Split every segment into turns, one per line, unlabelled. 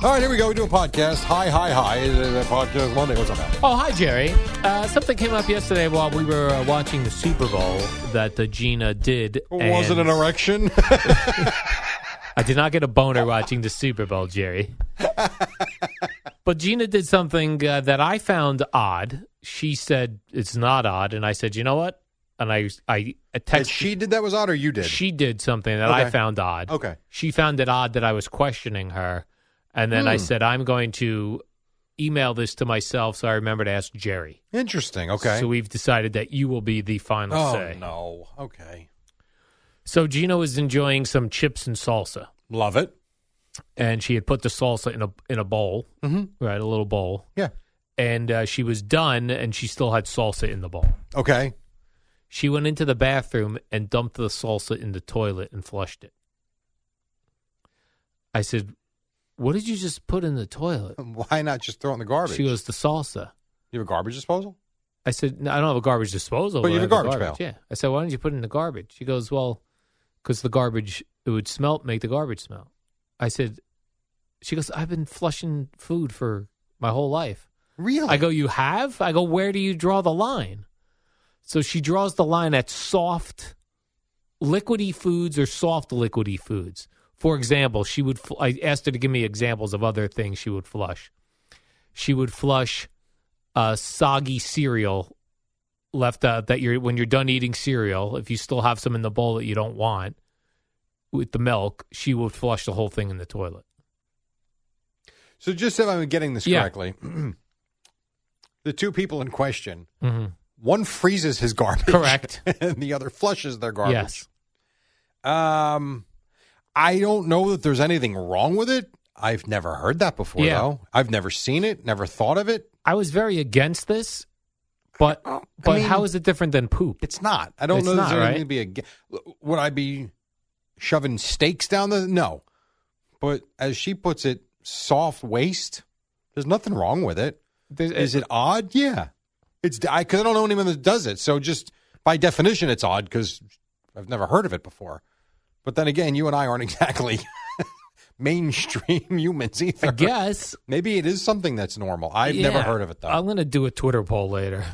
All right, here we go. We do a podcast. Hi, hi, hi. It's a podcast Monday. What's up, Al?
Oh, hi, Jerry. Uh, something came up yesterday while we were uh, watching the Super Bowl that uh, Gina did.
Was it an erection?
I did not get a boner watching the Super Bowl, Jerry. But Gina did something uh, that I found odd. She said it's not odd, and I said, you know what? And I, I texted.
She did that was odd, or you did?
She did something that
Okay.
I found odd.
Okay.
She found it odd that I was questioning her. And then I
Hmm.
said, I'm going to email this to myself so I remember to ask Jerry.
Interesting. Okay.
So we've decided that you will be the final
oh
say.
no. Okay.
So Gino is enjoying some chips and salsa,
Love it.
and she had put the salsa in a in a bowl,
Mhm.
right, a little bowl,
Yeah.
and uh, she was done, and she still had salsa in the bowl.
Okay.
She went into the bathroom and dumped the salsa in the toilet and flushed it. I said, "What did you just put in the toilet?"
Why not just throw it in the garbage?
She goes, "The salsa."
you have a garbage disposal?
I said, no, I don't have a garbage disposal.
But you
I
have a garbage pail.
Yeah. I said, why don't you put it in the garbage? She goes, well, because the garbage, it would smell, make the garbage smell. I said, she goes, I've been flushing food for my whole life.
Really?
I go, you have? I go, where do you draw the line? So she draws the line at soft, liquidy foods or soft liquidy foods. For example, she would, fl- I asked her to give me examples of other things she would flush. She would flush uh, soggy cereal left out that you're when you're done eating cereal, if you still have some in the bowl that you don't want with the milk, she would flush the whole thing in the toilet.
So just if I'm getting this
Yeah.
correctly, the two people in question,
Mm-hmm.
one freezes his garbage,
Correct.
and the other flushes their garbage.
Yes.
Um, I don't know that there's anything wrong with it. I've never heard that before,
Yeah.
though. I've never seen it, never thought of it.
I was very against this, but
Oh, I
but
mean-
how is it different than poop?
It's not. I don't
It's
know. There's
not,
anything
right?
to be ag- Would I be shoving stakes down the? No. But as she puts it, soft waste. There's nothing wrong with it.
There's- uh,
Is it odd? Yeah. It's I because I don't know anyone that does it. So just by definition, it's odd because I've never heard of it before. But then again, you and I aren't exactly mainstream humans either.
I guess.
Maybe it is something that's normal. I've never
Yeah.
heard of it though.
I'm going to do a Twitter poll later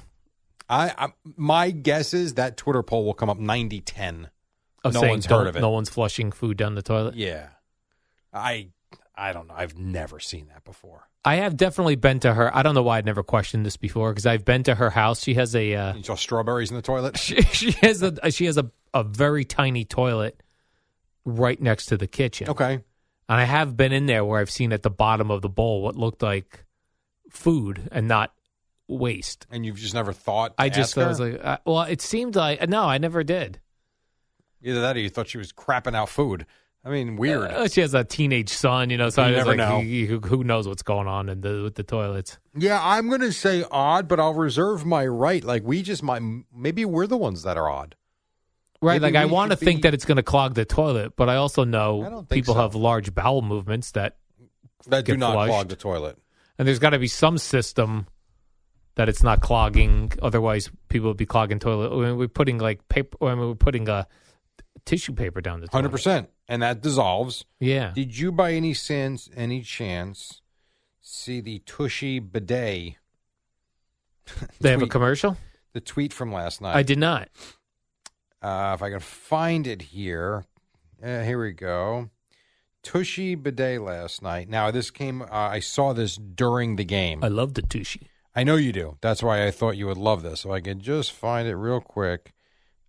I, I my guess is that Twitter poll will come up 90-10.
of
No
saying
one's heard
don't-
of it.
no one's flushing food down the toilet.
Yeah. I I don't know. I've never seen that before.
I have definitely been to her. I don't know why I'd never questioned this before because I've been to her house. She has a uh,
You saw strawberries in the toilet?
she, she has a uh, she has a, a very tiny toilet right next to the kitchen.
Okay.
And I have been in there where I've seen at the bottom of the bowl what looked like food and not waste.
And you've just never thought. to
I
ask
just I was
her?
like, uh, well, it seemed like uh, no, I never did.
either that or you thought she was crapping out food. I mean, weird.
Uh, she has a teenage son, you know, so
You
I was
never
like,
know.
Who, who knows what's going on in the, with the toilets?
yeah, I'm gonna say odd, but I'll reserve my right. Like we just might. Maybe we're the ones that are odd.
Right,
Maybe
like I
we
want to
should
think
be-
that it's going to clog the toilet, but I also know
I don't think
people
so.
have large bowel movements that
That do
Get
not
flushed.
clog the toilet.
and there's got to be some system that it's not clogging. Otherwise, people would be clogging toilet. When we're putting like paper, when we're putting a tissue paper down the toilet.
Hundred percent, and that dissolves.
Yeah.
Did you, by any sense, any chance, see the Tushy bidet?
They have a
tweet-
commercial.
The tweet from last night.
I did not.
Uh, if I can find it here, uh, here we go. Tushy bidet last night. Now this came. Uh, I saw this during the game.
I love the tushy.
I know you do. That's why I thought you would love this. So I could just find it real quick.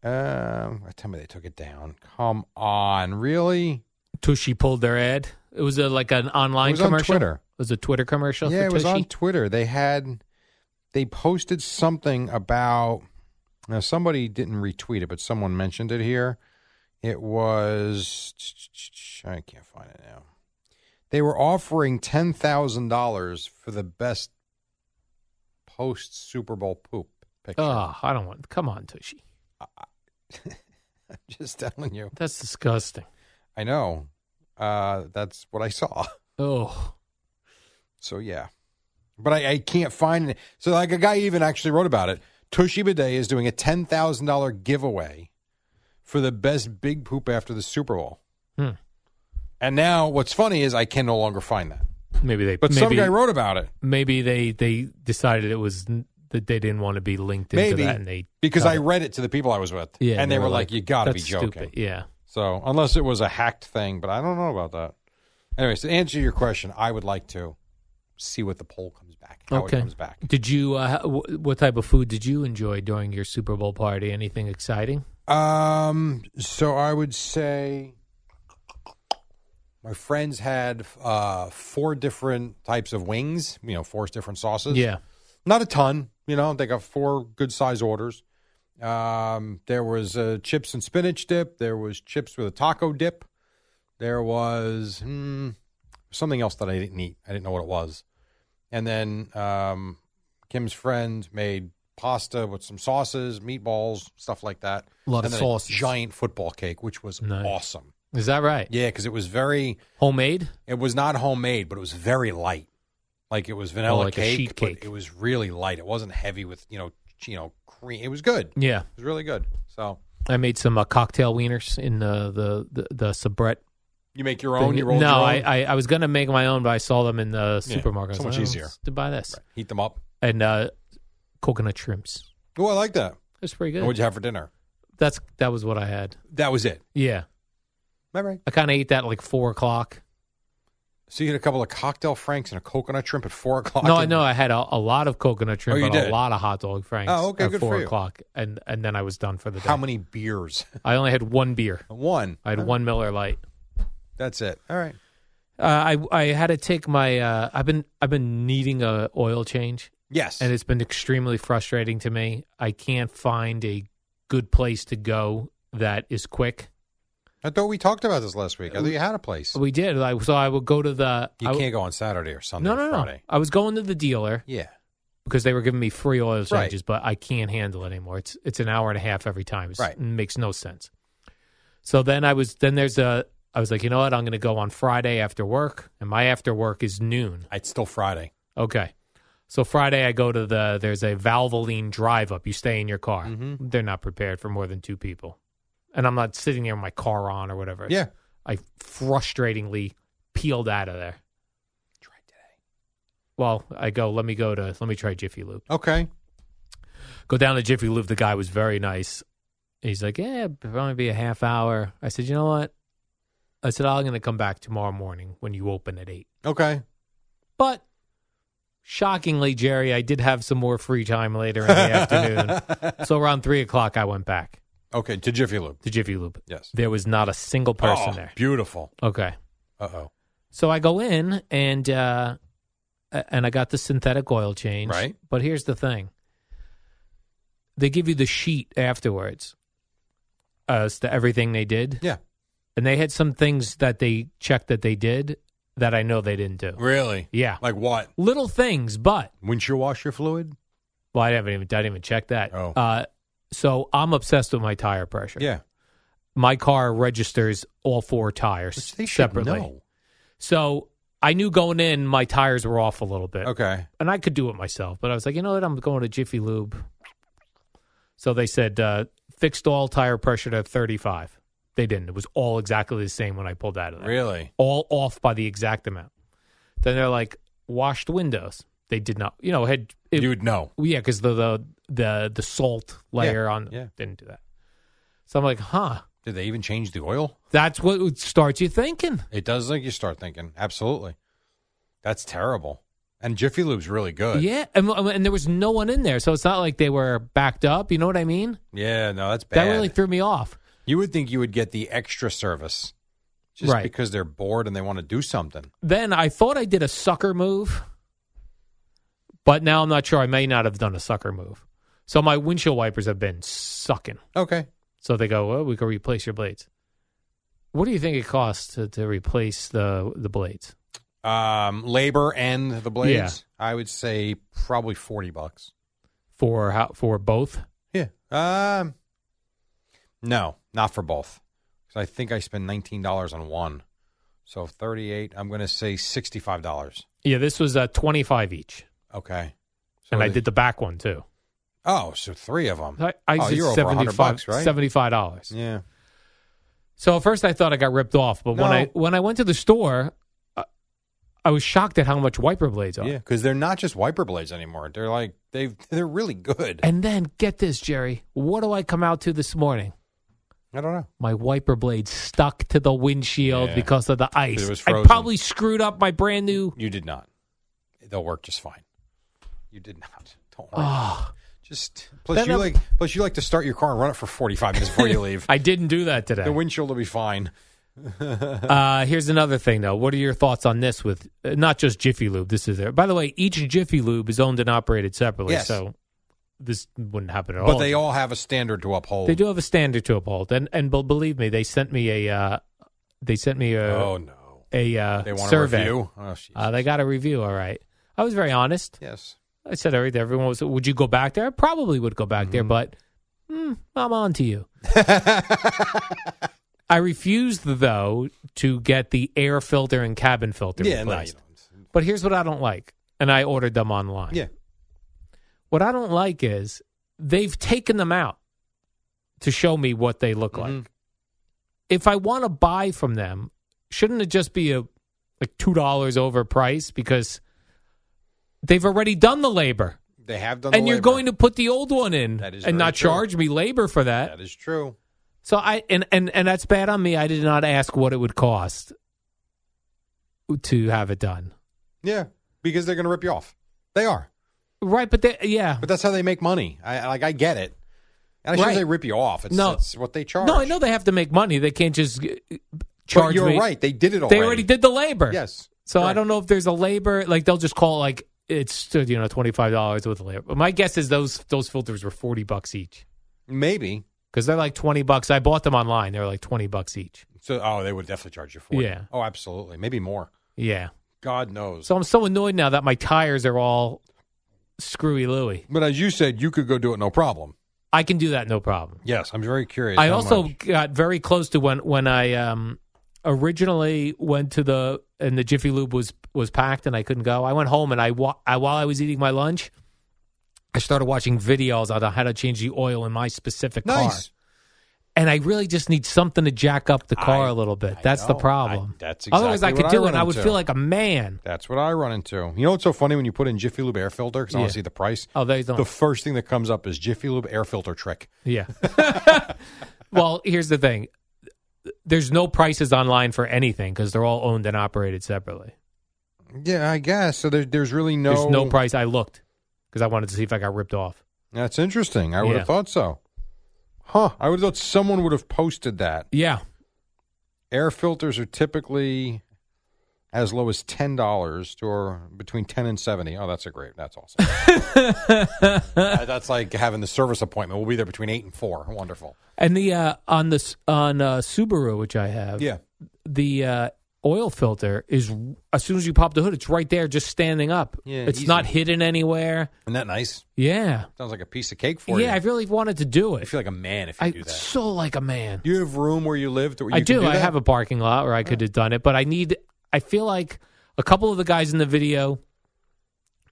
Um, tell me they took it down. Come on, really?
Tushy pulled their ad. It was a, like an online
It was on
commercial.
Twitter.
It was a Twitter commercial.
yeah,
for
it was
Tushy?
on Twitter. They had they posted something about now somebody didn't retweet it, but someone mentioned it here. It was I can't find it now. They were offering ten thousand dollars for the best post Super Bowl poop picture.
Oh, I don't want. Come on, Tushy.
I'm just telling you.
That's disgusting.
I know. Uh, that's what I saw.
Oh,
So yeah, but I, I can't find it. So like a guy even actually wrote about it. Tushy Bidet is doing a ten thousand dollar giveaway for the best big poop after the Super Bowl.
Hmm.
And now what's funny is I can no longer find that.
maybe they.
But
maybe,
some guy wrote about it.
Maybe they they decided it was n- that they didn't want to be linked into
Maybe
that, and they
because
got
I
it.
read it to the people I was with,
yeah,
and they, were like, "You got to be
"That's
joking."
Stupid. Yeah,
So unless it was a hacked thing, but I don't know about that. Anyways, to answer your question, I would like to see what the poll comes back. How
okay.
it comes back.
Did you? Uh, w- what type of food did you enjoy during your Super Bowl party? Anything exciting?
Um. So I would say my friends had uh, four different types of wings. You know, four different sauces.
Yeah,
Not a ton. You know, they got four good size orders. Um, there was uh, chips and spinach dip. There was chips with a taco dip. There was hmm, something else that I didn't eat. I didn't know what it was. And then um, Kim's friend made pasta with some sauces, meatballs, stuff like that.
A lot of
And then
sauces.
giant football cake, which was
Nice.
awesome.
is that right?
Yeah, because it was very.
Homemade?
It was not homemade, but it was very light. Like it was vanilla
Oh, like a
cake,
sheet
but
cake.
it was really light. It wasn't heavy with you know, ch- you know, cream. It was good. It
Yeah,
was really good. So
I made some uh, cocktail wieners in uh, the the the soubrette
you make your own.
thing.
You roll your
no,
own.
I, I I was gonna make my own, but I saw them in the
Yeah,
supermarket. I
so
was
much
like, "Oh,
easier."
let's To buy this
heat them up.
and uh, coconut shrimps.
Oh, I like that.
That's pretty
And
good.
What'd you have for dinner?
That's that was what I had.
That was it.
Yeah,
All right.
I kind of ate that at like four o'clock.
So you had a couple of cocktail franks and a coconut shrimp at four o'clock.
no,
in-
I know I had a, a lot of coconut shrimp,
Oh, you
and a
did?
lot of hot dog franks.
Oh, okay,
at
good for
four
you.
o'clock, and and then I was done for the day.
How many beers?
I only had one beer.
One.
I had one Miller Light.
That's it. All right.
Uh, I I had to take my. Uh, I've been I've been needing a oil change,
Yes.
and it's been extremely frustrating to me. I can't find a good place to go that is quick.
I thought we talked about this last week. I thought you had a place.
We did. I, so I would go to the.
You
I,
can't go on Saturday or Sunday.
No,
or
no, no.
Friday.
I was going to the dealer.
Yeah.
because they were giving me free oil
Right.
changes, but I can't handle it anymore. It's it's an hour and a half every time. It's,
Right.
It makes no sense. So then I was then there's a I was like, you know what? I'm going to go on Friday after work, and my after work is noon.
It's still Friday.
Okay. So Friday I go to the there's a Valvoline drive up. You stay in your car.
Mm-hmm.
They're not prepared for more than two people. And I'm not sitting there with my car on or whatever.
Yeah.
I frustratingly peeled out of there.
Try today.
Well, I go, let me go to let me try Jiffy Lube.
Okay.
go down to Jiffy Lube. The guy was very nice. He's like, yeah, it'll probably be a half hour. I said, you know what? I said, I'm going to come back tomorrow morning when you open at 8.
Okay.
But shockingly, Jerry, I did have some more free time later in the afternoon. So around 3 o'clock, I went back
Okay. To Jiffy Lube.
to Jiffy Lube.
Yes.
There was not a single person
Oh,
there.
Beautiful.
Okay.
Uh oh.
So I go in and uh, a- and I got the synthetic oil change.
Right.
But here's the thing. They give you the sheet afterwards as to everything they did.
Yeah.
And they had some things that they checked that they did that I know they didn't do.
Really?
Yeah.
Like what?
Little things, but
Wouldn't you wash your fluid?
well, I haven't even I didn't even check that.
Oh.
Uh, so I'm obsessed with my tire pressure.
Yeah.
My car registers all four tires
Which they should
separately.
know.
So I knew going in my tires were off a little bit.
Okay.
and I could do it myself, but I was like, you know what? I'm going to Jiffy Lube. So they said uh, fixed all tire pressure to 35. They didn't. It was all exactly the same when I pulled out of there.
Really?
All off by the exact amount. Then they're like washed windows. They did not. You know, had it,
you would know.
yeah, because the, the the the salt layer on
yeah.
didn't do that. So I'm like, huh?
Did they even change the oil?
That's what would start you thinking.
It does make you start thinking. Absolutely. That's terrible. And Jiffy Lube's really good.
Yeah, and, and there was no one in there, so it's not like they were backed up. You know what I mean?
Yeah, no, that's bad.
That really threw me off.
you would think you would get the extra service just
Right.
because they're bored and they want to do something.
then I thought I did a sucker move, but now I'm not sure. I may not have done a sucker move. So my windshield wipers have been sucking.
Okay.
So they go, well, we can replace your blades. What do you think it costs to, to replace the the blades?
Um, labor and the blades. I would say probably 40 bucks.
For how for both?
Yeah. Um, no, not for both. 'Cause I think I spent $19 on one. So 38, I'm going to say $65.
Yeah, this was uh, twenty five each,
Okay. So
and I
the-
did the back one too.
Oh, so three of them.
I, I
oh,
did
you're over
75
100 bucks, right?
Seventy five dollars.
Yeah.
So at first I thought I got ripped off, but when
No.
I when I went to the store, I, I was shocked at how much wiper blades are.
Yeah, because they're not just wiper blades anymore. They're like they they're really good.
And then get this, Jerry. What do I come out to this morning?
I don't know.
My wiper blade stuck to the windshield
Yeah.
because of the ice.
It was
I
frozen.
probably screwed up my brand new.
You did not. They'll work just fine. You did not. Don't worry.
Oh,
just plus
Then
you
I'm-
like plus you like to start your car and run it for forty five minutes before you leave.
I didn't do that today.
the windshield will be fine.
uh, here's another thing, though. What are your thoughts on this? With uh, not just Jiffy Lube. This is there. By the way, each Jiffy Lube is owned and operated separately,
Yes.
so this wouldn't happen at all.
But they all have a standard to uphold.
they do have a standard to uphold, and and be- believe me, they sent me a uh, they sent me a
oh no.
a uh,
They want
survey.
a review. Oh, jeez.
Uh, they got a review. All right. I was very honest.
yes.
I said everything. Everyone was. Would you go back there? I probably would go back there,
Mm-hmm.
but mm, I'm on to you. I refused though to get the air filter and cabin filter
Yeah, no, you
replaced.
don't.
But here's what I don't like, and I ordered them online.
Yeah.
What I don't like is they've taken them out to show me what they look
Mhm.
like. If I want to buy from them, shouldn't it just be a like two dollars over price because they've already done the labor
They have done the
and you're
labor.
going to put the old one in
That is
and
very
not
true.
charge me labor for that.
That is true.
So I and, and and that's bad on me. I did not ask what it would cost to have it done.
Yeah. Because they're gonna rip you off. They are.
Right, but they, yeah.
But that's how they make money. I like I get it. And I shouldn't
Right.
say rip you off. It's,
No.
it's what they charge.
No, I know they have to make money. They can't just uh,
But
charge
you're
me.
right. They did it already.
They already did the labor.
Yes.
So I
correct.
don't know if there's a labor like they'll just call it like it's uh, you know twenty five dollars with the labor. But my guess is those those filters were forty bucks each
Maybe.
because they're like twenty bucks. I bought them online. They're like twenty bucks each.
So oh, they would definitely charge you for it.
Yeah.
Oh, absolutely. Maybe more.
Yeah.
God knows.
So I'm so annoyed now that my tires are all screwy Louie.
but as you said, you could go do it no problem.
I can do that no problem.
Yes, I'm very curious.
I
how
also
much-
got very close to when when I um, originally went to the and the Jiffy Lube was was packed and I couldn't go. I went home and I, wa- I while I was eating my lunch, I started watching videos on how to change the oil in my specific car.
nice.
And I really just need something to jack up the car
I-
a little bit.
I
that's the
know.
problem.
I- that's
otherwise I
exactly
could
what I
do it.
run
and I would
into.
feel like a man.
That's what I run into. You know what's so funny when you put in Jiffy Lube air filter because I want
Yeah.
to see the price.
Oh, they don't.
The first thing that comes up is Jiffy Lube air filter trick.
yeah. well, here's the thing. There's no prices online for anything because they're all owned and operated separately.
Yeah, I guess. So there, there's really no.
There's no price. I looked because I wanted to see if I got ripped off.
That's interesting. I would
Yeah.
have thought so. Huh. I would have thought someone would have posted that.
Yeah.
Air filters are typically as low as ten dollars to or between ten and seventy. Oh, that's a great. That's awesome. Uh, that's like having the service appointment. We'll be there between eight and four. Wonderful.
and the uh, on this on uh, Subaru, which I have,
Yeah.
the uh, oil filter is as soon as you pop the hood, it's right there, just standing up.
Yeah,
it's
easy.
not hidden anywhere.
Isn't that nice?
Yeah,
Sounds like a piece of cake for
yeah. I
you.
really wanted to do
I
it.
feel like a man if you
I
do that.
so like a man.
Do you have room where you live? To, where you
I
can
do. I
that?
have a parking lot where I could have done it, but I need. I feel like a couple of the guys in the video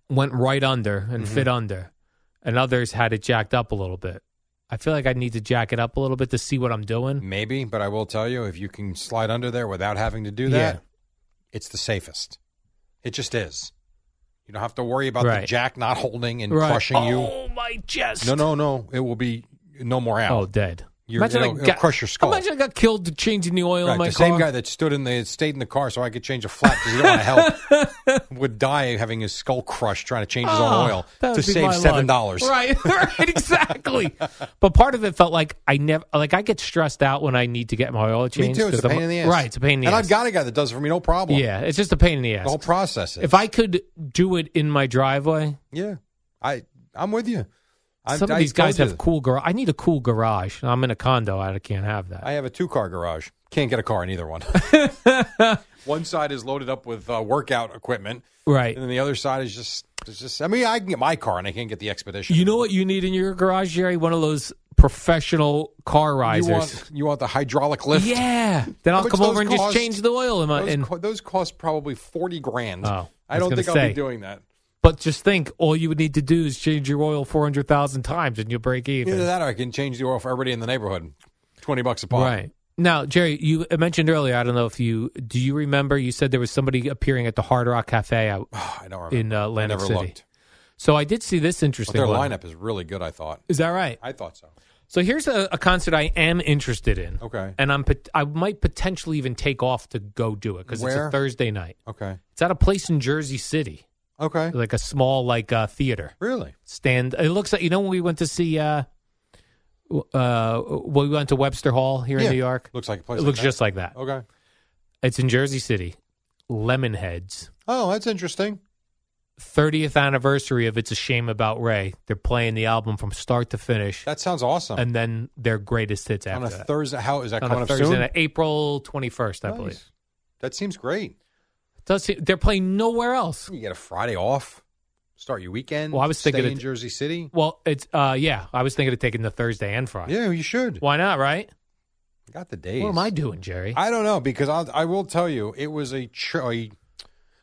went right under and
Mm-hmm.
fit under, and others had it jacked up a little bit. I feel like I need to jack it up a little bit to see what I'm doing.
Maybe, but I will tell you if you can slide under there without having to do that,
Yeah.
it's the safest. It just is. You don't have to worry about the
Right.
jack not holding and
Right.
crushing you.
Oh my chest!
No, no, no. It will be no more out.
Oh, dead.
You're- it'll- it'll crush your skull.
Imagine I got killed changing the oil
Right,
in
the
my car.
same guy that stood in the stayed in the car so I could change a flat because he didn't want to help would die having his skull crushed trying to change his
Ah,
own oil
that
to
would be my
save
luck.
seven dollars.
Right, right, exactly. but part of it felt like I never, like I get stressed out when I need to get my oil
Me
changed.
too. It's a
'cause I'm-
pain in the ass.
Right, it's a pain in the
and
ass.
I've got a guy that does it for me, no problem.
yeah, it's just a pain in the
the
ass.
whole process. Is.
if I could do it in my driveway,
yeah, I I'm with you. I'm,
some of
I
these guys
told
have
you.
cool garage. I need a cool garage. I'm in a condo. I can't have that.
I have a two car garage. Can't get a car in either one. one side is loaded up with uh, workout equipment,
right.
and then the other side is just. It's just. I mean, I can get my car, and I can't get the expedition.
You know what you need in your garage, Jerry? One of those professional car risers.
You want, you want the hydraulic lift?
Yeah. Then I'll
much
come over
those
and
cost?
just change the oil in my.
Those,
in-
co- those cost probably forty grand.
Uh, Oh, I was
I don't
gonna
think I'll
say.
be doing that.
But just think, all you would need to do is change your oil four hundred thousand times, and you'll break even.
Either that, or I can change the oil for everybody in the neighborhood. Twenty bucks a pop.
right now, Jerry, you mentioned earlier. I don't know if you do. You remember you said there was somebody appearing at the Hard Rock Cafe. Out.
I don't remember.
In, uh, Atlantic
I never
City.
looked.
So I did see this
But
interesting
their
one.
lineup is really good. I thought.
Is that right?
I thought so.
So here's a, a concert I am interested in.
Okay.
and I'm pot- I might potentially even take off to go do it because it's
Where?
a Thursday night.
Okay.
It's at a place in Jersey City,
Okay.
like a small like uh, theater.
Really?
stand. It looks like you know when we went to see uh, w- uh, when we went to Webster Hall here
Yeah.
in New York.
Looks like a place.
It looks
like that.
just like that.
Okay.
It's in Jersey City. Lemonheads,
Oh, that's interesting.
thirtieth anniversary of "It's a Shame About Ray." They're playing the album from start to finish,
That sounds awesome.
and then their greatest hits
on
after
a
that.
Thursday, how is that
on
coming
a
up
Thursday,
soon?
night, April twenty first, I
Nice.
believe.
That seems great.
Does he- they're playing nowhere else?
You get a Friday off, start your weekend.
Well, I was thinking
stay in
it-
Jersey City.
Well, it's uh, yeah. I was thinking of taking the Thursday and Friday.
Yeah, you should.
Why not? Right?
You got the days.
What am I doing, Jerry?
I don't know because I'll, I will tell you it was a, ch- a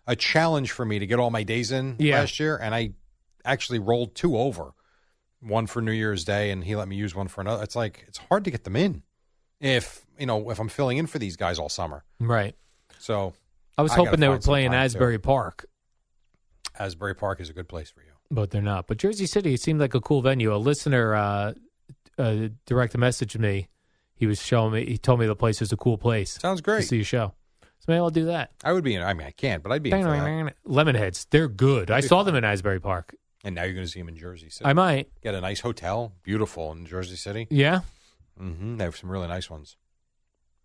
a challenge for me to get all my days in
Yeah.
last year, and I actually rolled two over, one for New Year's Day, and he let me use one for another. It's like it's hard to get them in if you know if I'm filling in for these guys all summer.
right.
So
I was
I gotta
hoping they were
find some
playing
time, too.
Asbury Park.
Asbury Park is a good place for you.
But they're not. But Jersey City it seemed like a cool venue. A listener uh, uh, direct messaged me. He was showing me. He told me the place is a cool place
Sounds
to
great.
see a show. So maybe I'll do that.
I would be in. I mean, I can't, but I'd be in. For that.
Lemonheads, they're good. I
That'd be
saw
fun.
them in Asbury Park.
And now you're going to see him in Jersey City.
I might.
Get a nice hotel, beautiful in Jersey City.
Yeah.
hmm They have some really nice ones.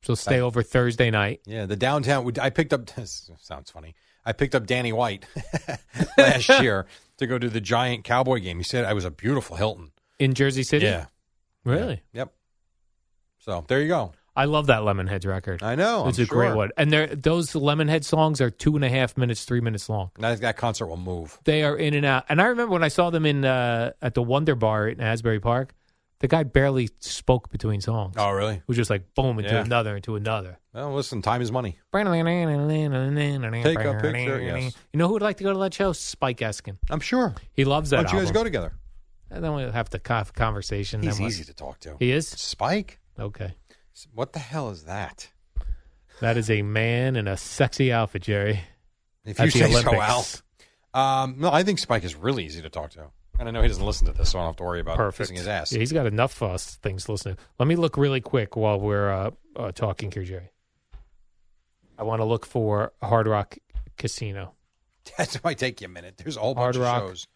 So stay over Thursday night.
Yeah, the downtown. would- I picked up. This sounds funny. I picked up Danny White last year to go to the Giant Cowboy game. He said I was a beautiful Hilton.
In Jersey City?
Yeah,
Really?
Yeah. Yep. So there you go.
I love that Lemonheads record.
I know.
it's
I'm
a great
sure.
one. And they're, those Lemonhead songs are two and a half minutes, three minutes long.
And I think that concert will move.
They are in and out. And I remember when I saw them in uh, at the Wonder Bar in Asbury Park, the guy barely spoke between songs.
Oh, really?
It was just like boom into
Yeah.
another into another.
Well, listen, time is money.
Take a
picture, yes.
You know who would like to go to that show? Spike Eskin.
I'm sure.
He loves
Why
that.
don't you guys
album.
go together?
And then we'll have the co- conversation.
He's
then we'll-
easy to talk to.
He is
Spike.
okay.
What the hell is that?
That is a man in a sexy outfit, Jerry.
If
At
you
the
say so, Al.
Olympics.
Um, no, I think Spike is really easy to talk to, and I know he doesn't listen to this, so I don't have to worry about
Perfect.
kissing his ass.
Yeah, he's got enough uh, things listening. Let me look really quick while we're uh, uh, talking here, Jerry. I want to look for Hard Rock Casino,
That might take you a minute. There's a whole
Hard
bunch
Rock,
of shows.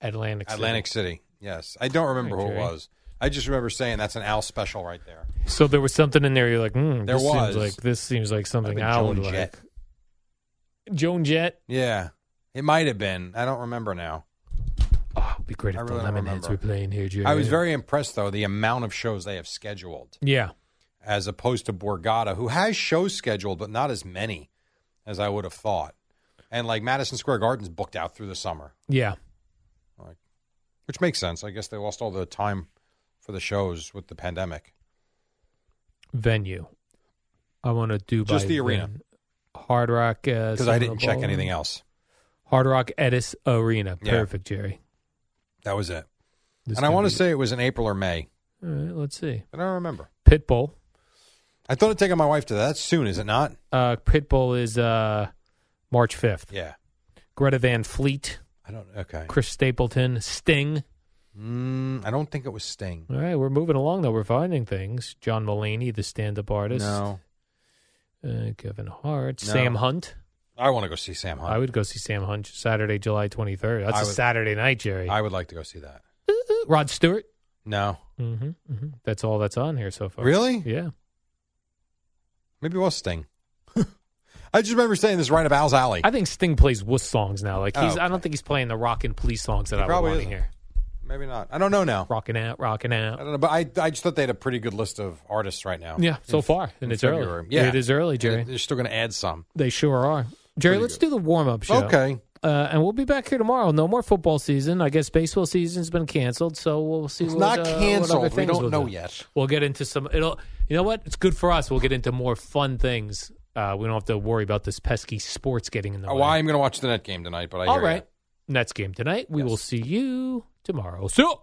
Atlantic. City.
Atlantic City. Yes, I don't remember
Right,
who it
Jerry.
was. I just remember saying that's an Al special right there.
So there was something in there. You're like, hmm,
There
this
was.
seems like this seems like
Might have
something
been
I would
Joan
like.
Jett.
Joan Jett.
Yeah, it might have been. I don't remember now.
Oh, it'd be great
I
if
really
the
don't
Lemonheads
remember.
were playing here, Jerry.
I was very impressed though the amount of shows they have scheduled,
yeah.
as opposed to Borgata, who has shows scheduled but not as many as I would have thought. And like Madison Square Garden's booked out through the summer,
Yeah.
which makes sense. I guess they lost all the time for the shows with the pandemic.
Venue. I want to do
Just
by
the arena.
ven- Hard Rock. uh, Because
because I didn't check anything else.
Hard Rock Edis Arena.
Yeah.
Perfect, Jerry.
That was it.
This
and I
could
want to
be-
say it was in April or May.
All right, let's see.
I don't remember.
Pitbull.
I thought of taking my wife to that. That's soon, is it not?
Uh, Pitbull is uh, March 5th.
Yeah.
Greta Van Fleet,
I don't. Okay.
Chris Stapleton, Sting.
Mm, I don't think it was Sting.
All right, we're moving along, though. We're finding things. John Mulaney, the stand up artist.
No.
Uh, Kevin Hart.
No.
Sam Hunt.
I want to go see Sam Hunt.
I would go see Sam Hunt Saturday, July 23rd. That's
I
a
would-
Saturday night, Jerry.
I would like to go see that.
Rod Stewart.
No.
Mm-hmm, hmm That's all that's on here so far.
Really?
Yeah.
Maybe it was Sting. I just remember saying this right up Al's alley.
I think Sting plays wuss songs now. Like he's, I
Oh, Okay.
don't think he's playing the rockin' police songs that
He
I would
probably
want to
isn't.
hear.
Maybe not. I don't know now.
Rocking out, rocking
I
out.
don't know, but I, I just thought they had a pretty good list of artists right now.
Yeah, so
In-
far, and
in
it's early.
February. Yeah,
It is early,
And
Jerry.
They're still going to add some.
They sure are. Jerry, let's do the warm up show.
Okay.
Uh, and we'll be back here tomorrow. No more football season. I guess baseball season's been canceled, so we'll see.
It's
what,
not
uh, what other
canceled. We
things
don't
we'll
know
do.
yet.
We'll get into some. It'll. You know what? It's good for us. We'll get into more fun things. Uh, we don't have to worry about this pesky sports getting in the
Oh,
way.
well, I'm going to watch the net game tonight, but I
All
hear
right.
ya.
Nets game tonight. We
Yes.
will see you tomorrow. So.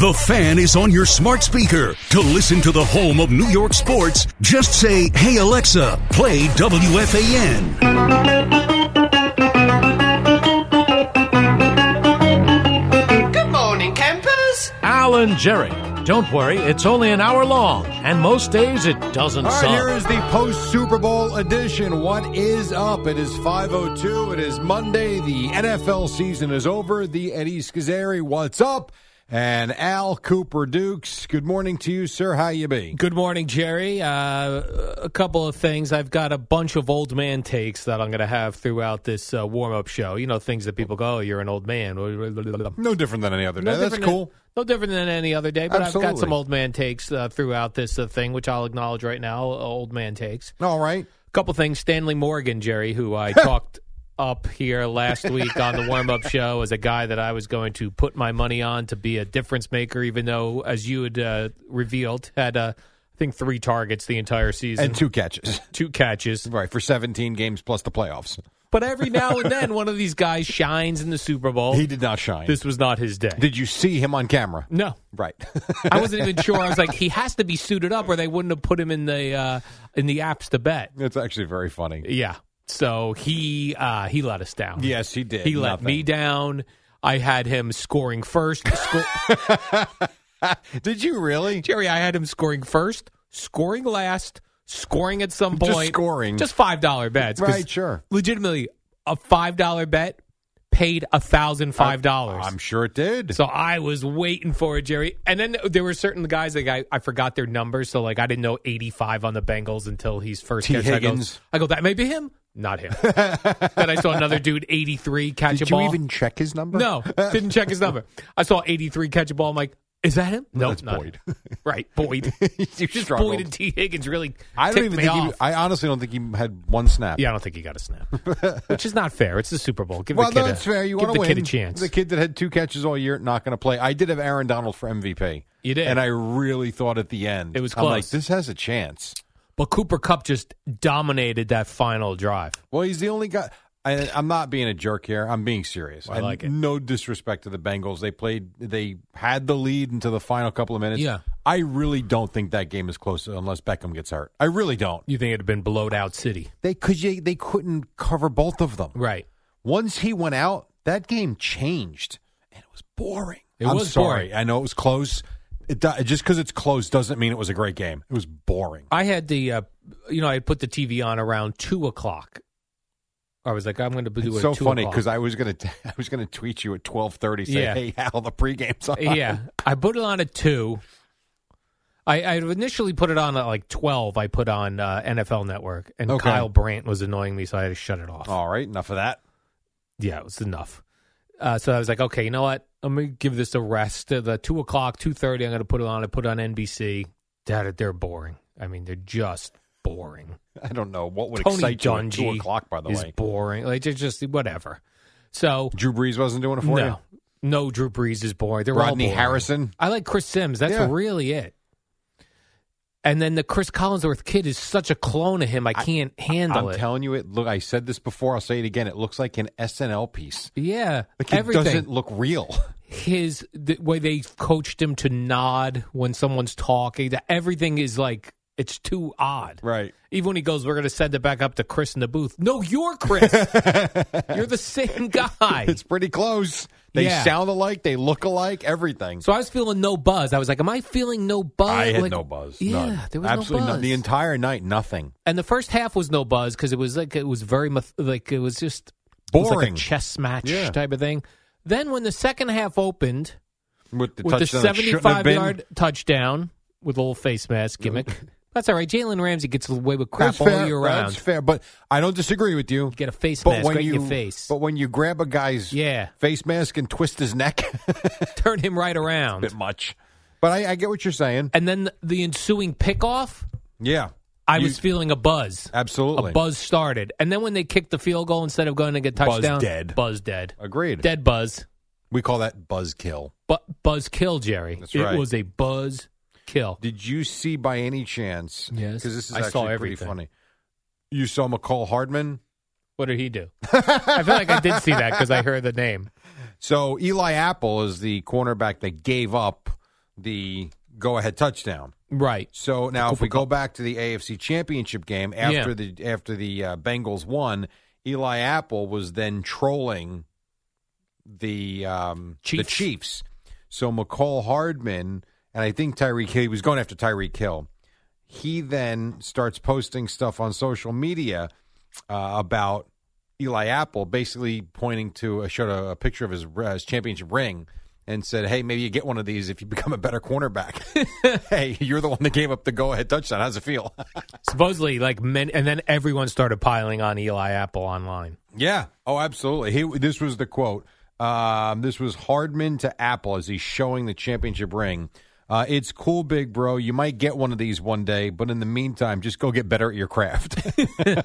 The fan is on your smart speaker. To listen to the home of New York sports, just say, Hey Alexa, play WFAN.
Good morning, campers.
Alan Jerry. Don't worry, it's only an hour long, and most days it doesn't
All right,
suck.
here is the post Super Bowl edition. What is up? It is 5:02. It is Monday. The NFL season is over. The Eddie Scazzeri, what's up? And Al Cooper Dukes. Good morning to you, sir. How you be?
Good morning, Jerry. Uh, a couple of things. I've got a bunch of old man takes that I'm going to have throughout this uh, warm up show. You know, things that people go, oh, you're an old man. No
No different than any other day. Mm, That's
different
cool.
Than, no different than any other day, but I've got
Absolutely.
some old man takes uh, throughout this uh, thing, which I'll acknowledge right now. uh, Old man takes.
All right.
A couple things. Stanley Morgan, Jerry, who I talked up here last week on the warm up show, as a guy that I was going to put my money on to be a difference maker, even though, as you had uh, revealed, had uh, I think three targets the entire season
And two catches.
two catches.
Right, for 17 games plus the playoffs.
But every now and then, one of these guys shines in the Super Bowl.
He did not shine.
This was not his day.
Did you see him on camera?
no.
Right.
I wasn't even sure. I was like, he has to be suited up, or they wouldn't have put him in the uh, in the apps to bet.
It's actually very funny.
Yeah. So he uh, he let us down.
Yes, he did.
He let
Nothing.
me down. I had him scoring first. Sco-
Did you really?
Jerry, I had him scoring first, scoring last, scoring at some
Just
point.
scoring.
Just five dollar bets. 'cause
Right, sure.
Legitimately, a five dollar bet paid a thousand five dollars.
I'm sure it did.
So I was waiting for it, Jerry. And then there were certain guys like I, I forgot their numbers, so like I didn't know eighty five on the Bengals until he's first
T.
catch. I go-
Higgins.
I go, that may be him. Not him. then I saw another dude eighty three catch
Did
a ball.
you even check his number?
no, didn't check his number. I saw eighty three catch a ball. I'm like, is that him?
No,
Nope,
that's
not
Boyd.
him. right, Boyd.
You
Just
struggled.
Boyd and T Higgins really.
I don't
ticked
even
me
think he,
off.
I honestly don't think he had one snap.
yeah, I don't think he got a snap, which is not fair. It's the Super Bowl. Give
Well,
the kid
no, it's
a,
fair. You
give
want
the
to win.
kid a chance.
The kid that had two catches all year, not going to play. I did have Aaron Donald for MVP.
You did.
and I really thought at the end
It was
I'm like,
close.
this has a chance.
But Cooper Cup just dominated that final drive.
Well, he's the only guy. I, I'm not being a jerk here. I'm being serious.
I
And
like it.
No disrespect to the Bengals. They played. They had the lead into the final couple of minutes.
Yeah.
I really don't think that game is close unless Beckham gets hurt. I really don't.
You think it'd have been blowed out city.
They could. They, they couldn't cover both of them.
Right.
Once he went out, that game changed, and it was boring.
It
I'm
was
sorry.
boring.
I know it was close. It, do- just because it's close doesn't mean it was a great game. It was boring.
I had the, uh, you know, I had put the TV on around 2 o'clock. I was like, I'm going to do it
It's
at
so
2
funny
o'clock.
because I was gonna t- I was gonna tweet you at twelve thirty saying,
Yeah.
"Hey, Al, the pregame's on."
yeah, I put it on at 2. I, I initially put it on at like 12. I put on uh, NFL Network, and
Okay.
Kyle Brandt was annoying me, so I had to shut it off.
All right, enough of that.
Yeah, it was enough. Uh, so I was like, okay, you know what? I'm gonna give this a rest. Uh, The two o'clock, two thirty. I'm gonna put it on. I put it on NBC. Dad, they're boring. I mean, they're just boring.
I don't know what would
Tony
excite you at two
Dungy
o'clock. By the
is
way,
boring. Like just, just whatever. So
Drew Brees wasn't doing it for
no, no, Drew Brees is boring. They're all
Rodney
boring.
Harrison?
I like Chris Sims. That's
Yeah.
really it. And then the Chris Collinsworth kid is such a clone of him. I can't
you.
handle
I'm
it.
telling you, it. Look, I said this before. I'll say it again. It looks like an SNL piece.
yeah,
The kid
everything.
doesn't look real.
his the way they coached him to nod when someone's talking. that Everything is like it's too odd.
Right.
Even when he goes, we're going to send it back up to Chris in the booth. No, you're Chris. you're the same guy.
It's pretty close. They
Yeah.
sound alike. They look alike. Everything.
So I was feeling no buzz. I was like, am I feeling no buzz?
I had
Like-
no buzz.
Yeah,
none.
there was
absolutely
no buzz.
none. The entire night, nothing.
and the first half was no buzz because it was like it was very meth- like it was just it was like
Boring.
a chess match
Yeah.
type of thing. Then when the second half opened
With the
with the
touchdown that shouldn't have
75
been.
yard touchdown with a little face mask gimmick. That's all right. Jalen Ramsey gets away with crap
That's
all
fair.
year
That's
round.
fair, but I don't disagree with you.
Get a face
But
mask
when
right
you
in your face.
but when you grab a guy's
yeah,
face mask and twist his neck,
turn him right around.
bit much. But I, I get what you're saying.
And then the ensuing pickoff,
Yeah,
I
You-
was feeling a buzz.
absolutely
A buzz started. And then when they kicked the field goal instead of going to get
Buzz
touchdown,
dead.
Buzz dead.
Agreed.
Dead buzz.
We call that buzz kill.
But buzz kill, Jerry.
That's
it
right.
was a buzz kill.
Did you see by any chance?
Yes.
because this is
I
actually
saw
pretty
everything.
funny. You saw McCall Hardman.
What did he do? I feel like I did see that because I heard the name.
So Eli Apple is the cornerback that gave up the go-ahead touchdown.
Right.
So now, if we go back to the AFC Championship game after the after the uh, Bengals won, Eli Apple was then trolling the um, the
Chiefs?
Chiefs. So McCall Hardman and I think Tyreek Hill he was going after Tyreek Hill. He then starts posting stuff on social media uh, about Eli Apple, basically pointing to I showed a, a picture of his, uh, his championship ring and said, "Hey, maybe you get one of these if you become a better cornerback." hey, you're the one that gave up the go-ahead touchdown. How's it feel?
Supposedly, like men, and then everyone started piling on Eli Apple online.
yeah. Oh, absolutely. He, this was the quote. Um, this was Hardman to Apple as he's showing the championship ring. Uh, it's cool, big bro. You might get one of these one day, but in the meantime, just go get better at your craft.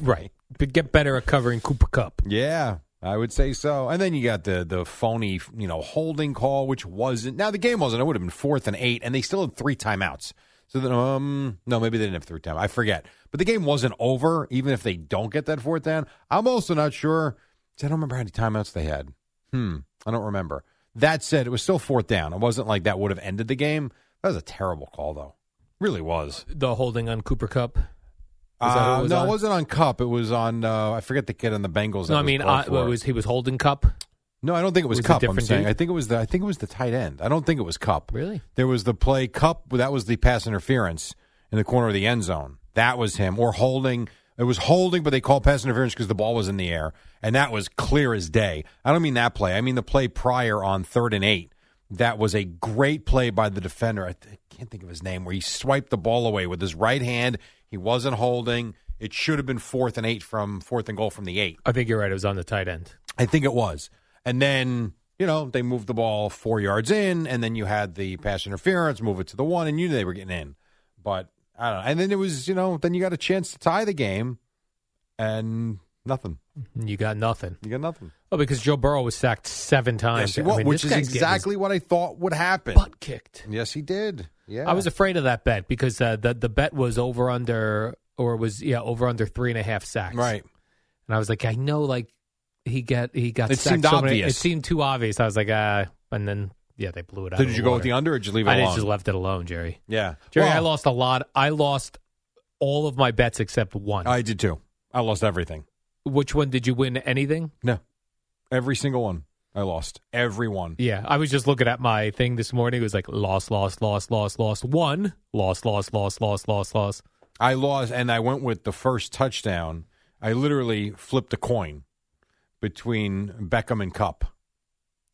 Right. But get better at covering Cooper Cup.
Yeah, I would say so. And then you got the the phony, you know, holding call, which wasn't. Now the game wasn't. It would have been fourth and eight, and they still had three timeouts. So then, um, no, maybe they didn't have three timeouts. I forget. But the game wasn't over, even if they don't get that fourth down. I'm also not sure. see, I don't remember how many timeouts they had. Hmm, I don't remember. That said, it was still fourth down. It wasn't like that would have ended the game. That was a terrible call, though. Really was.
The holding on Cooper Cup. that who it
Uh,
was
no,
on?
it wasn't on Cup. It was on. Uh, I forget the kid on the Bengals. that
No, I mean,
called
I,
for
what was he was holding Cup.
No, I don't think it was,
Was it a
Cup. I'm
different
saying
dude?
I think it was the I think it was the tight end. I don't think it was Cup.
Really?
There was the play Cup. That was the pass interference in the corner of the end zone. That was him. Or holding. It was holding, but they called pass interference because the ball was in the air, and that was clear as day. I don't mean that play. I mean the play prior on third and eight. That was a great play by the defender. I, th- I can't think of his name. Where he swiped the ball away with his right hand. He wasn't holding. It should have been fourth and eight from fourth and goal from the eight.
I think you're right. It was on the tight end.
I think it was. And then, you know, they moved the ball four yards in, and then you had the pass interference, move it to the one, and you knew they were getting in. But I don't know. And then it was, you know, then you got a chance to tie the game, and nothing.
You got nothing.
You got nothing.
Oh, because Joe Burrow was sacked seven times.
Yes, he
I
wa-
mean,
which
this
is
guy's getting
exactly what I thought would happen.
his butt kicked.
yes, he did. Yeah.
I was afraid of that bet because uh, the the bet was over under or was yeah over under three and a half sacks.
Right.
And I was like, I know, like he got he got.
It
sacked
seemed
so many-
obvious.
it seemed too obvious. I was like, uh, and then yeah, they blew it out.
So
of
did
the
you go with
water.
the under or did you leave it
I
alone?
just left it alone, Jerry.
yeah.
Jerry, I
Well,
lost a lot. I lost all of my bets except one.
I did too. I lost everything.
Which one did you win? Anything?
No. Every single one. I lost. Every one.
Yeah, I was just looking at my thing this morning. It was like loss, loss, loss, loss, loss, one, loss, loss, loss, loss, loss, loss.
I lost, and I went with the first touchdown. I literally flipped a coin between Beckham and Cup.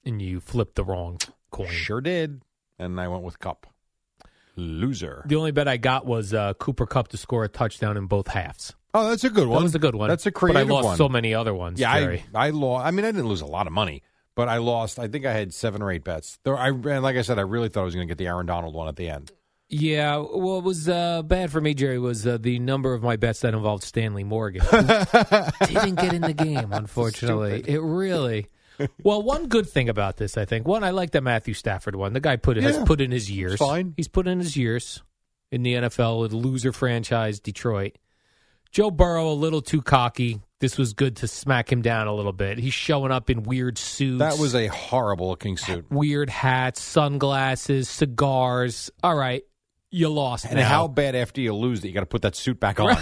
And you flipped the wrong coin.
Sure did, and I went with Cup. Loser.
The only bet I got was uh, Cooper Cup to score a touchdown in both halves.
Oh, that's a good one.
That was a good one.
That's a creative
But I lost
one.
so many other ones.
yeah,
Jerry.
I, I lost. I mean, I didn't lose a lot of money, but I lost. I think I had seven or eight bets. Though I and like I said, I really thought I was going to get the Aaron Donald one at the end.
yeah. What was uh, bad for me, Jerry, was uh, the number of my bets that involved Stanley Morgan. didn't get in the game, unfortunately. It really. Well, one good thing about this, I think, one I like that Matthew Stafford one. The guy put has
Yeah.
put in his years.
It's fine.
He's put in his years in the NFL with loser franchise Detroit. Joe Burrow a little too cocky. This was good to smack him down a little bit. He's showing up in weird suits.
That was a horrible looking suit.
weird hats, sunglasses, cigars. All right, you lost.
And
now.
how bad after you lose that you got to put that suit back on?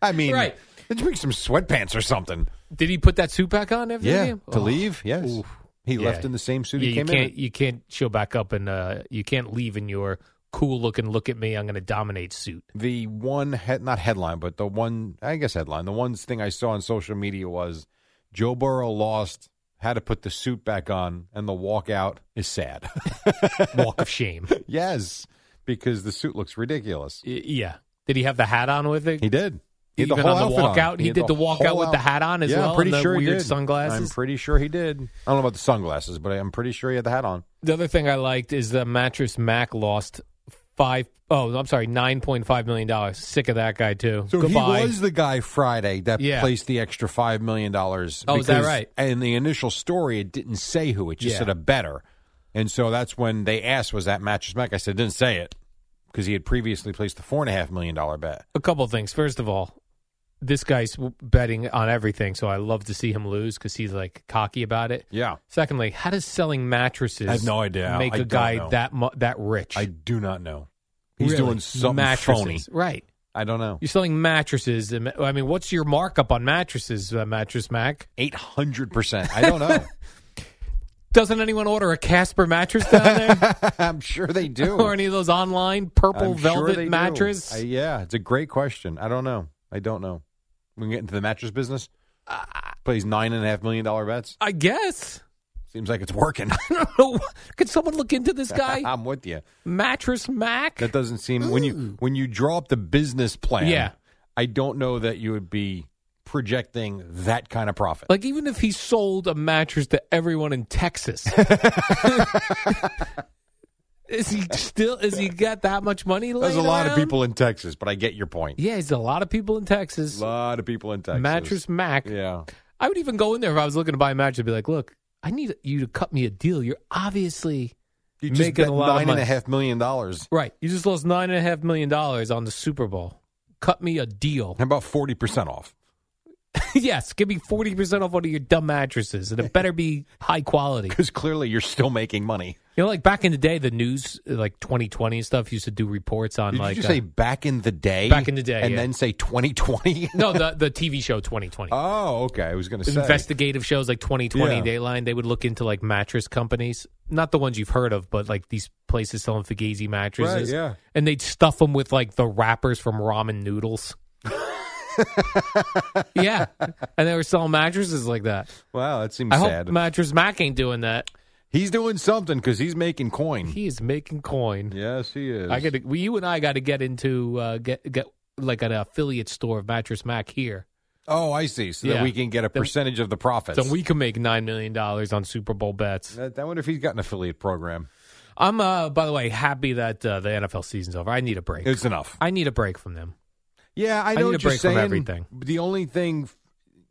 I mean,
Right.
did you bring some sweatpants or something?
did he put that suit back on? After
yeah,
the game?
to
Oh.
leave. Yes,
Oof.
he
Yeah.
left in the same suit
Yeah,
he
you
came
can't
in.
you can't show back up and uh, you can't leave in your cool looking look at me I'm going to dominate suit.
The one head, not headline, but the one I guess headline. The one thing I saw on social media was Joe Burrow lost, had to put the suit back on, and the walkout is sad.
Walk of shame. Y-
yes, because the suit looks ridiculous.
yeah. Did he have the hat on with it?
He did. He
Even on the
outfit
walkout? He
had
did the walkout
whole
with the hat on as
yeah,
well
I'm pretty
and the
sure he
weird
did. I'm
sunglasses?
pretty sure he did. I don't know about the sunglasses, but I'm pretty sure he had the hat on.
The other thing I liked is the mattress Mac lost five oh I'm sorry nine point five million dollars. Sick of that guy too.
So
Goodbye.
he was the guy Friday that
Yeah.
placed the extra five million dollars.
Oh, is that right?
And the initial story, it didn't say who; it just
Yeah.
said a better. And so that's when they asked, "Was that mattress Mac?" I said, "Didn't say it," because he had previously placed the four and a half million dollar bet.
a couple things. First of all, this guy's w- betting on everything, so I love to see him lose because he's like cocky about it.
Yeah,
Secondly, how does selling mattresses
I have no idea.
make
I
a
don't
guy
know.
that mu- that rich?
I do not know. He's
Really?
doing something
mattresses.
phony.
right?
I don't know.
You're selling mattresses. and ma- I mean, what's your markup on mattresses, uh, mattress Mac?
Eight hundred percent. I don't know.
Doesn't anyone order a Casper mattress down there,
I'm sure they do.
or any of those online purple
I'm sure
velvet
they do.
mattress?
I- yeah, it's a great question. I don't know. I don't know. We can get into the mattress business.
Uh,
Plays nine and a half million dollar bets.
I guess.
Seems like it's working.
Could someone look into this guy,
I'm with you.
mattress Mac?
That doesn't seem when you when you draw up the business plan.
Yeah.
I don't know that you would be projecting that kind of profit.
Like even if he sold a mattress to everyone in Texas, is he still? Is he got that much money?
There's a
laying
lot of
around?
people in Texas, but I get your point.
Yeah, he's a lot of people in Texas.
A lot of people in Texas.
Mattress Mac.
Yeah.
I would even go in there if I was looking to buy a mattress. and Be like, look, I need you to cut me a deal. You're obviously
You
Making
just bet
a lot of
nine and
money.
a half million dollars.
right. You just lost nine and a half million dollars on the Super Bowl. Cut me a deal.
How about forty percent off?
yes, give me forty percent off one of your dumb mattresses, and it better be high quality.
Because clearly you're still making money.
You know, like back in the day, the news, like 2020 and stuff, used to do reports on
Did
like.
you just
uh,
say back in the day?
Back in the day,
and
yeah.
then say 2020.
no, the the TV show 2020.
oh, okay. I was going to say
Investigative shows like 2020
Yeah.
Dayline, they would look into like mattress companies, not the ones you've heard of, but like these places selling Fugazi mattresses.
Right, yeah.
And they'd stuff them with like the wrappers from ramen noodles. yeah. And they were selling mattresses like that.
Wow, that seems
I
sad.
hope Mattress Mac ain't doing that.
he's doing something because he's making coin.
He is making coin.
yes, he is.
I got to. You and I got to get into uh, get get like an affiliate store of Mattress Mac here,
oh, I see. So
Yeah.
that we can get a
Then-
percentage of the profits.
so we can make nine million dollars on Super Bowl bets.
I I wonder if he's got an affiliate program.
I'm, uh, by the way, happy that uh, the NFL season's over. I need a break.
It's enough.
I need a break from them.
Yeah, I know
need
what
a
you're
break from
saying.
everything.
The only thing,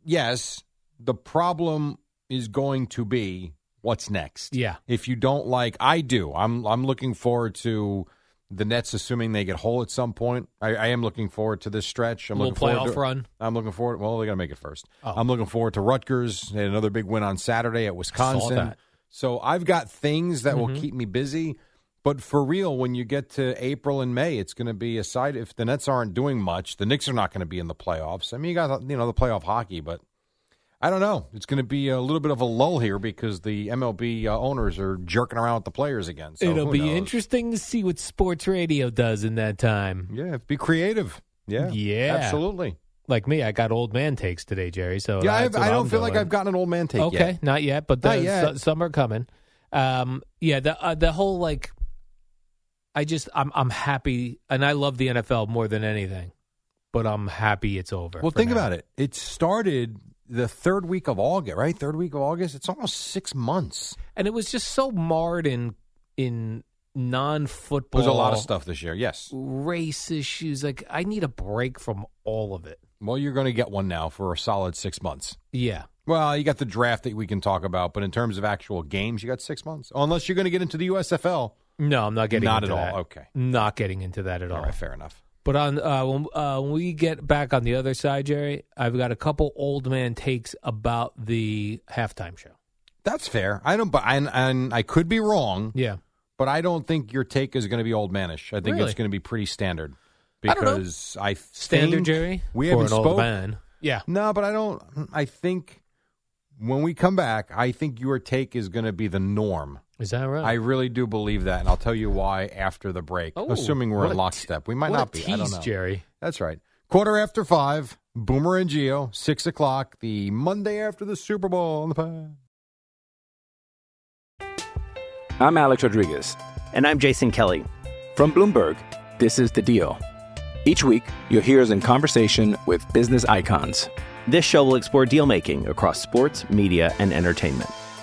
yes, the problem is going to be what's next.
Yeah.
If you don't like, I do. I'm I'm looking forward to the Nets, assuming they get whole at some point. I, I am looking forward to this stretch. I'm
Little
looking forward
playoff
to,
run.
I'm looking forward. Well, they got to make it first.
Oh.
I'm looking forward to Rutgers and another big win on Saturday at Wisconsin.
that.
So I've got things that
Mm-hmm.
will keep me busy. But for real, when you get to April and May, it's going to be a side. If the Nets aren't doing much, the Knicks are not going to be in the playoffs. I mean, you got you know the playoff hockey, but I don't know. It's going to be a little bit of a lull here because the MLB uh, owners are jerking around with the players again. So
It'll
who
be
knows?
interesting to see what sports radio does in that time.
Yeah, be creative. Yeah,
Yeah.
absolutely.
Like me, I got old man takes today, Jerry. So
yeah, I,
that's
have,
what
I don't
I'm
feel like
doing.
I've gotten an old man take
okay,
yet.
not yet, but the,
Not yet.
so- some are coming. Um, yeah, the uh, the whole like I just I'm I'm happy, and I love the NFL more than anything, but I'm happy it's over.
Well,
for
think
now.
about it. It started the third week of August, right? Third week of August. It's almost six months.
and it was just so marred in in non football.
There's a lot of stuff this year. Yes.
race issues. Like I need a break from all of it.
Well, you're going to get one now for a solid six months.
Yeah,
Well, you got the draft that we can talk about, but in terms of actual games, you got six months. Unless you're going to get into the USFL.
no, I'm not getting
Not
into
at all.
that.
Okay.
not getting into that at all.
All right, fair enough.
But on uh, when, uh, when we get back on the other side, Jerry, I've got a couple old man takes about the halftime show.
That's fair. I don't, but and, and I could be wrong,
Yeah,
but I don't think your take is going to be old manish. I think
Really?
it's going to be pretty standard
I don't know.
because I,
standard
think
Jerry
We
for
haven't
an old
spoke.
man. Yeah,
No, but I don't. I think when we come back, I think your take is going to be the norm.
is that right?
I really do believe that, and I'll tell you why after the break.
Oh,
assuming we're
what
in
a
lockstep, we might
what a
not be. I don't
tease,
know.
Jerry.
That's right. Quarter after five, Boomer and Geo, six o'clock, the Monday after the Super Bowl on the pad.
I'm Alex Rodriguez.
And I'm Jason Kelly.
From Bloomberg, this is The Deal. Each week, you'll hear us in conversation with business icons.
This show will explore deal making across sports, media, and entertainment.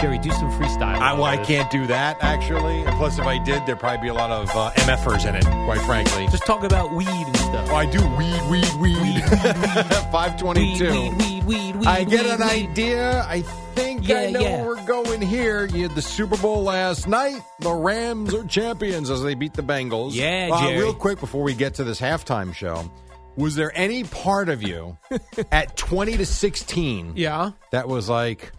Jerry, do some freestyle.
I, well, I can't do that, actually. And plus, if I did, there'd probably be a lot of uh, MFers in it, quite frankly.
Just talk about weed and stuff.
Oh, I do weed, weed, weed. 522.
Weed, weed, weed, weed,
I get
weed,
an
weed.
idea. I think I
Yeah,
know
yeah.
where we're going here. You had the Super Bowl last night. The Rams are champions as they beat the Bengals.
Yeah,
uh,
Jerry.
Real quick before we get to this halftime show, was there any part of you at 20 to 16
Yeah.
that was like,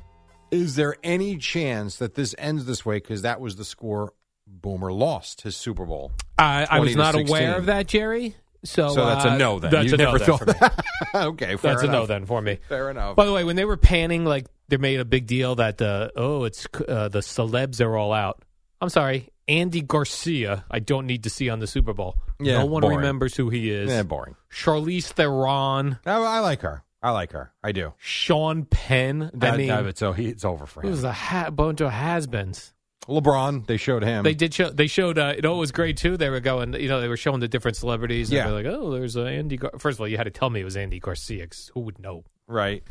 is there any chance that this ends this way? Because that was the score. Boomer lost his Super Bowl.
I, I
20
was
to
not
16.
aware of that, Jerry. So,
So that's a
uh,
no then.
That's
You
a
never
no
thought-
then for me.
okay, fair
that's
enough.
a no then for me.
Fair enough.
By the way, when they were panning, like they made a big deal that uh, oh, it's uh, the celebs are all out. I'm sorry, Andy Garcia. I don't need to see on the Super Bowl.
Yeah,
no one
boring.
remembers who he is.
yeah, Eh, boring.
Charlize Theron,
I, I like her. I like her. I do.
Sean Penn.
That,
I mean,
that- so he, it's over for
it was
him.
a ha- bunch of has-beens.
LeBron, they showed him.
They did show. They showed. Uh, you know, it was great too. They were going. You know, they were showing the different celebrities.
Yeah.
And they're like, oh, there's uh, Andy. Gar-. First of all, you had to tell me it was Andy Garcia. 'cause who would know?
right.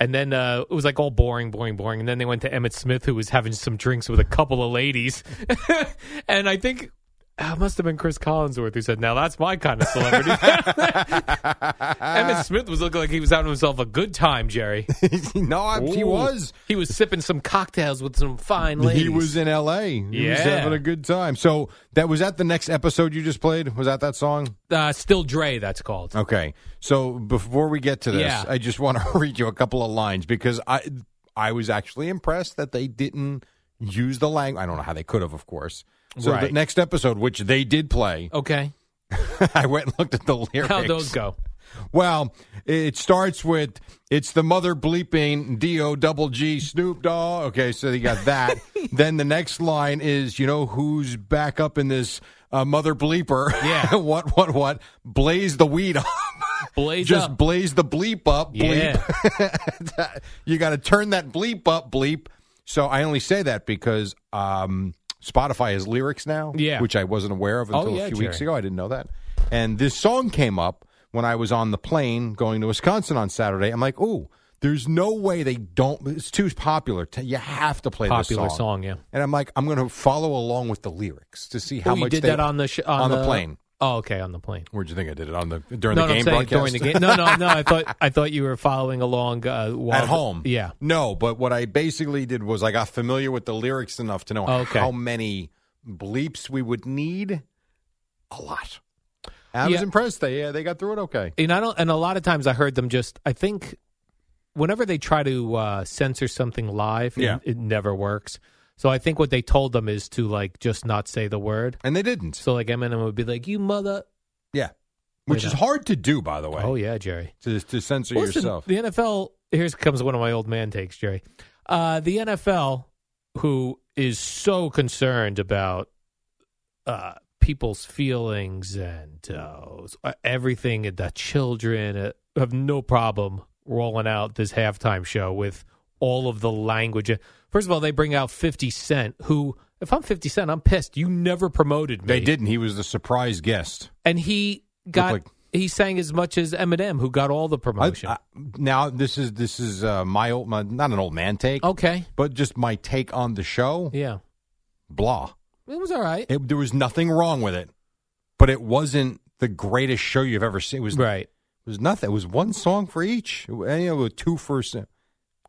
And then uh, it was like all boring, boring, boring. And then they went to Emmett Smith, who was having some drinks with a couple of ladies. and I think uh, it must have been Chris Collinsworth who said, "Now that's my kind of celebrity." Emmett Smith was looking like he was having himself a good time, Jerry.
no, I, he
Ooh.
was.
He was sipping some cocktails with some fine ladies.
He was in L.A. He was
Yeah.
having a good time. So that was that the next episode you just played? Was that that song?
uh, still Dre. That's called.
Okay. So before we get to this,
Yeah.
I just want to read you a couple of lines because I I was actually impressed that they didn't use the language. I don't know how they could have, of course. So the
Right.
next episode, which they did play,
Okay,
I went and looked at the lyrics.
how'd those go?
Well, it starts with it's the mother bleeping D O double G Snoop Dogg. Okay, so they got that. then the next line is you know who's back up in this uh, mother bleeper?
Yeah.
what what what? Blaze the weed up.
Blaze
Just
up.
blaze the bleep up. Bleep.
Yeah.
you got to turn that bleep up. Bleep. So I only say that because um, Spotify has lyrics now,
Yeah.
which I wasn't aware of
Oh,
until
yeah,
a few weeks
Jerry.
ago. I didn't know that. And this song came up when I was on the plane going to Wisconsin on Saturday. I'm like, ooh, there's no way they don't. It's too popular. T- You have to play
Popular
this song.
song, yeah.
And I'm like, I'm going to follow along with the lyrics to see how
Oh, you
much
did
they,
that on the sh-
on the plane.
Oh, okay, on the plane.
Where'd you think I did it on the during
no,
the
no, I'm
game
saying
broadcast?
during the game. No, no, no. I thought I thought you were following along uh, while
at home.
Yeah.
No, but what I basically did was I got familiar with the lyrics enough to know
Oh, Okay.
how many bleeps we would need. A lot. I was
Yeah.
impressed. They yeah, they got through it okay.
And I don't. And a lot of times I heard them just. I think whenever they try to uh, censor something live,
Yeah.
it, it never works. So I think what they told them is to like just not say the word.
And they didn't.
So like Eminem would be like, "You mother,"
Yeah. which is hard to do, by the way.
Oh yeah, Jerry,
to to censor
Listen,
yourself.
The NFL. Here comes one of my old man takes, Jerry. Uh, the NFL, who is so concerned about uh, people's feelings and uh, everything, and the children uh, have no problem rolling out this halftime show with all of the language. First of all, they bring out Fifty Cent, who. If I'm 50 Cent, I'm pissed. You never promoted me.
They didn't. He was the surprise guest.
And he got
like-
he sang as much as Eminem, who got all the promotion.
I- now this is this is uh, my old my, not an old man take.
Okay.
but just my take on the show.
Oh. yeah,
Blah.
it was all right.
It, there was nothing wrong with it, but it wasn't the greatest show you've ever seen. It was
right.
It was nothing. It was one song for each. You know, two for. s-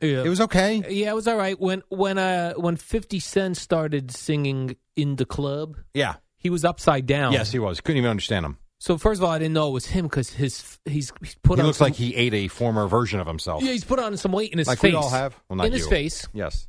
Yeah.
It was okay.
Yeah, it was all right. When when uh when Fifty Cent started singing in the club,
Yeah.
he was upside down.
Yes, he was. Couldn't even understand him.
So first of all, I didn't know it was him because his he's, he's put
he
on
looks
some,
like he ate a former version of himself.
yeah he's put on some weight in his
like
face.
we all have. Well, not
in his
you.
face,
Yes.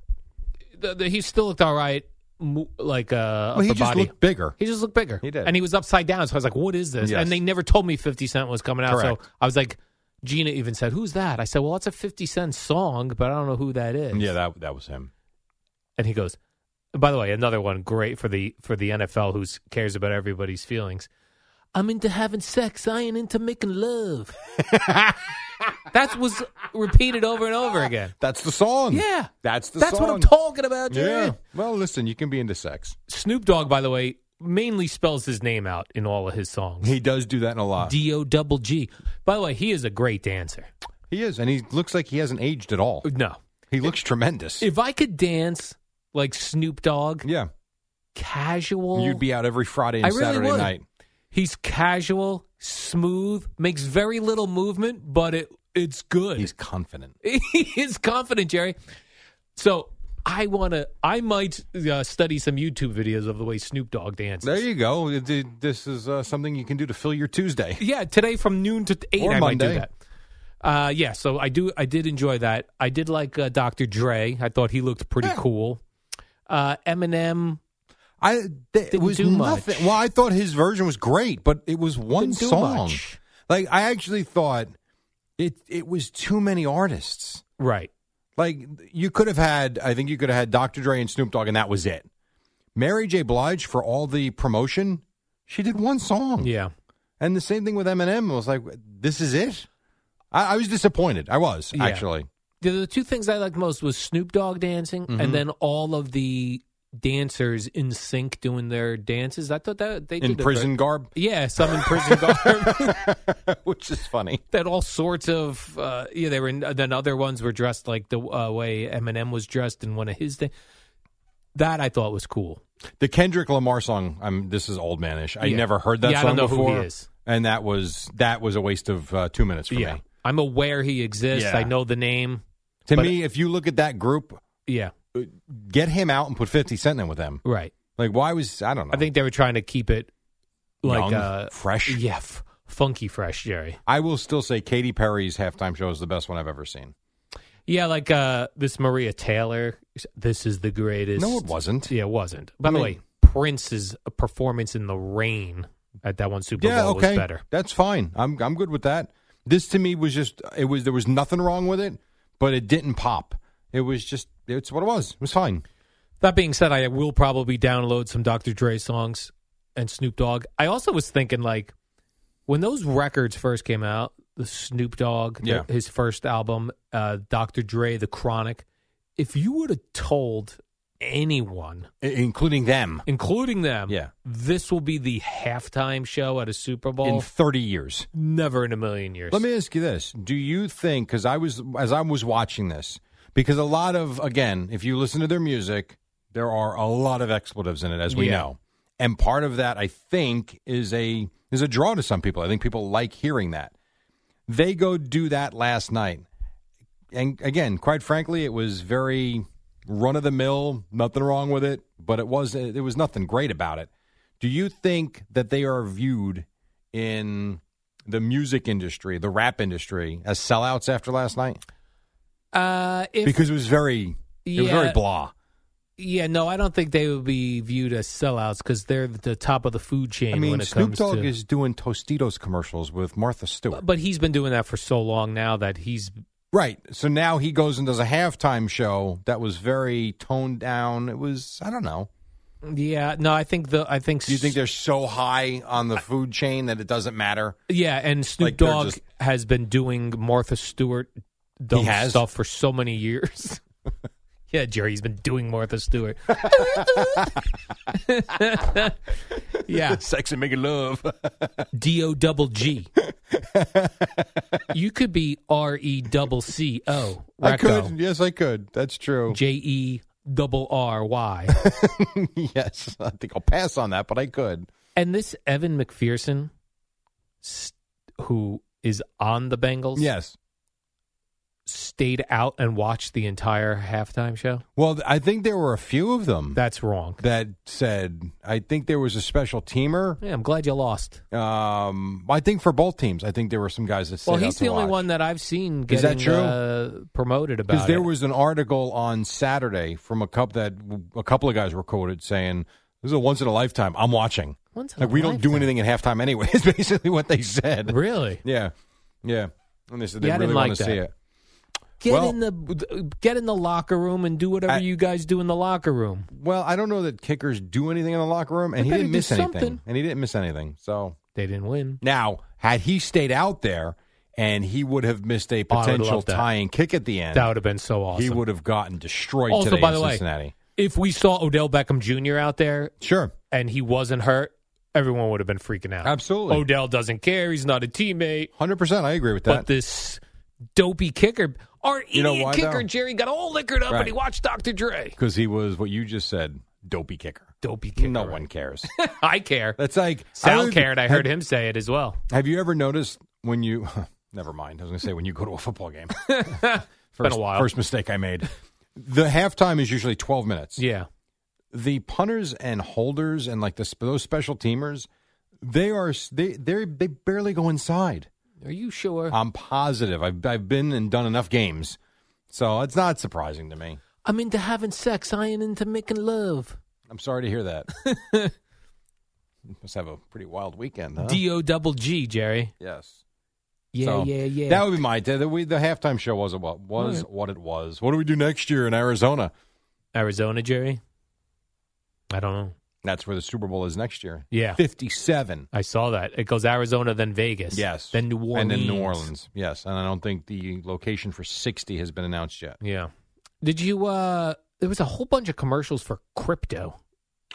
the, the, he still looked all right. mo- Like uh,
well, he
upper
just
body.
looked bigger.
He just looked bigger.
He did.
And he was upside down. So I was like, what is this?
Yes.
And they never told me 50 Cent was coming out.
Correct.
So I was like, Gina even said, who's that? I said, well, it's a 50 Cent song, but I don't know who that is.
Yeah, that that was him.
And he goes, by the way, another one great for the for the NFL who cares about everybody's feelings. I'm into having sex. I ain't into making love. that was repeated over and over again.
That's the song.
Yeah.
That's the
That's
song.
what I'm talking about, Jerry.
Yeah. Well, listen, you can be into sex.
Snoop Dogg, by the way, mainly spells his name out in all of his songs.
He does do that in a lot.
D O double G. By the way, he is a great dancer.
he is, and he looks like he hasn't aged at all.
No,
He looks tremendous.
if I could dance like Snoop Dogg,
yeah.
casual,
You'd be out every Friday and
I really
Saturday
would.
night.
He's casual, smooth, makes very little movement, but it it's good.
He's confident.
he is confident, Jerry. So I want to. I might uh, study some YouTube videos of the way Snoop Dogg dances.
There you go. It- it- This is uh, something you can do to fill your Tuesday.
Yeah, today from noon to eight,
Or
I might
Monday.
do that. Uh, yeah, so I do. I did enjoy that. I did like uh, Dr. Dre. I thought he looked pretty cool. Uh, Eminem.
I th- it
Didn't
was
do
nothing.
much.
Well, I thought his version was great, but it was one
Didn't do
song.
much.
Like I actually thought it it was too many artists.
Right.
Like you could have had, I think you could have had Dr. Dre and Snoop Dogg, and that was it. Mary J. Blige for all the promotion, she did one song.
Yeah.
and the same thing with Eminem. I was like, this is it. I, I was disappointed. I was
Yeah.
actually.
The, the two things I liked most was Snoop Dogg dancing,
Mhm.
and then all of the dancers in sync doing their dances. I thought that they did
In
a
prison garb,
great- yeah, some in prison garb.
which is funny.
that all sorts of uh, yeah. They were in, then other ones were dressed like the uh, way Eminem was dressed in one of his things. That I thought was cool.
The Kendrick Lamar song. I'm. This is old manish. I
Yeah.
never heard that
Yeah, I
song
don't know who
before.
he is.
And that was that was a waste of uh, two minutes for me.
I'm aware he exists.
Yeah.
I know the name.
To
But-
me, if you look at that group,
Yeah,
get him out and put Fifty Cent in with them.
right.
Like, why was I don't know?
I think they were trying to keep it like
Young,
uh,
fresh.
Yeah, f- funky fresh, Jerry.
I will still say Katy Perry's halftime show is the best one I've ever seen.
Yeah, like uh, this Maria Taylor. This is the greatest.
No, it wasn't.
Yeah, it wasn't. By
I
the
mean-
way, Prince's performance in the rain at that one Super
yeah,
Bowl
okay,
was better.
that's fine. I'm I'm good with that. This to me was just it was there was nothing wrong with it, but it didn't pop. It was just it's what it was. It was fine.
That being said, I will probably download some Dr. Dre songs and Snoop Dogg. I also was thinking like when those records first came out, the Snoop Dogg, the-
Yeah.
his first album, uh, Dr. Dre, The Chronic. If you would have told anyone,
I- including them
including them,
Yeah.
this will be the halftime show at a Super Bowl,
in 30 years.
never in a million years.
Let me ask you this: Do you think? Because I was as I was watching this, because a lot of again, if you listen to their music, there are a lot of expletives in it, as we
Yeah.
know, and part of that I think is a is a draw to some people. I think people like hearing that. They go do that last night, and again, quite frankly, it was very run of the mill. Nothing wrong with it, but it was there was nothing great about it. Do you think that they are viewed in the music industry, the rap industry, as sellouts after last night?
uh, if,
because it was very, it was very
Yeah.
blah.
Yeah, no, I don't think they would be viewed as sellouts because they're the top of the food chain.
I mean,
when it
Snoop
comes
Dogg
to,
is doing Tostitos commercials with Martha Stewart.
but he's been doing that for so long now that he's
Right. So now he goes and does a halftime show that was very toned down. It was I don't know.
yeah. No, I think the I think
Do you think they're so high on the food chain that it doesn't matter?
Yeah, and Snoop
Like, they're
Dogg
just-
has been doing Martha Stewart dumb
has?
stuff for so many years. yeah, Jerry's been doing Martha Stewart. yeah,
Sex and making love.
D O double G. You could be R E double C O.
I could. Yes, I could. That's true.
J E double R Y.
yes, I think I'll pass on that, but I could.
And this Evan McPherson, s- who is on the Bengals,
Yes.
stayed out and watched the entire halftime show.
Well, I think there were a few of them
That's wrong.
that said. I think there was a special teamer.
Yeah, I'm glad you lost.
Um, I think for both teams, I think there were some guys that.
well,
stayed out
he's
to
the only
watch.
one that I've seen
Is
getting
that true?
Uh, promoted about
there
it.
was an article on Saturday from a couple that a couple of guys were quoted saying, "This is a once in a lifetime. I'm watching.
Once in
like
a
we don't do
lifetime.
anything at halftime anyway." Is basically what they said.
really
Yeah, yeah. And they said they
Yeah, I
really
didn't
want
like
to see
that.
it.
get
Well-
in the get in the locker room and do whatever
I-
you guys do in the locker room.
Well, I don't know that kickers do anything in the locker room, and
They
he
better
didn't
do
miss anything.
something.
And he didn't miss anything. So
They didn't win.
now, had he stayed out there, and he would have missed a
Oh, I would have
potential
loved that.
tying kick at the end.
That would have been so awesome.
He would have gotten destroyed
Also,
today
by
in
the way-
Cincinnati.
If we saw Odell Beckham Jr. out there
Sure,
and he wasn't hurt, everyone would have been freaking out.
Absolutely.
Odell doesn't care. He's not a teammate.
hundred percent. I agree with that.
But this dopey kicker, our idiot
You know why,
kicker
though?
Jerry got all liquored up
Right.
and he watched Dr. Dre.
Because he was what you just said, dopey kicker.
Dopey kicker.
no
right?
one cares.
I care.
That's like
Sal
don't-
cared. I heard
have,
him say it as well.
Have you ever noticed when you? Never mind. I was going to say when you go to a football game. first,
while.
First mistake I made. The halftime is usually twelve minutes.
Yeah.
The punters and holders and like the sp- those special teamers, they are s- they they they barely go inside.
Are you sure?
I'm positive. I've I've been and done enough games, so it's not surprising to me.
I'm into having sex. I ain't into making love.
I'm sorry to hear that. Must have a pretty wild weekend, huh?
D O double G, Jerry.
Yes.
Yeah,
So,
yeah, yeah.
That would be my the, we, the halftime show was what was
Alright.
what it was. What do we do next year in Arizona?
Arizona, Jerry. I don't know.
That's where the Super Bowl is next year.
Yeah.
fifty seven.
I saw that. It goes Arizona, then Vegas.
Yes.
Then New Orleans.
and then New Orleans. Yes, and I don't think the location for sixty has been announced yet.
Yeah. Did you uh there was a whole bunch of commercials for crypto.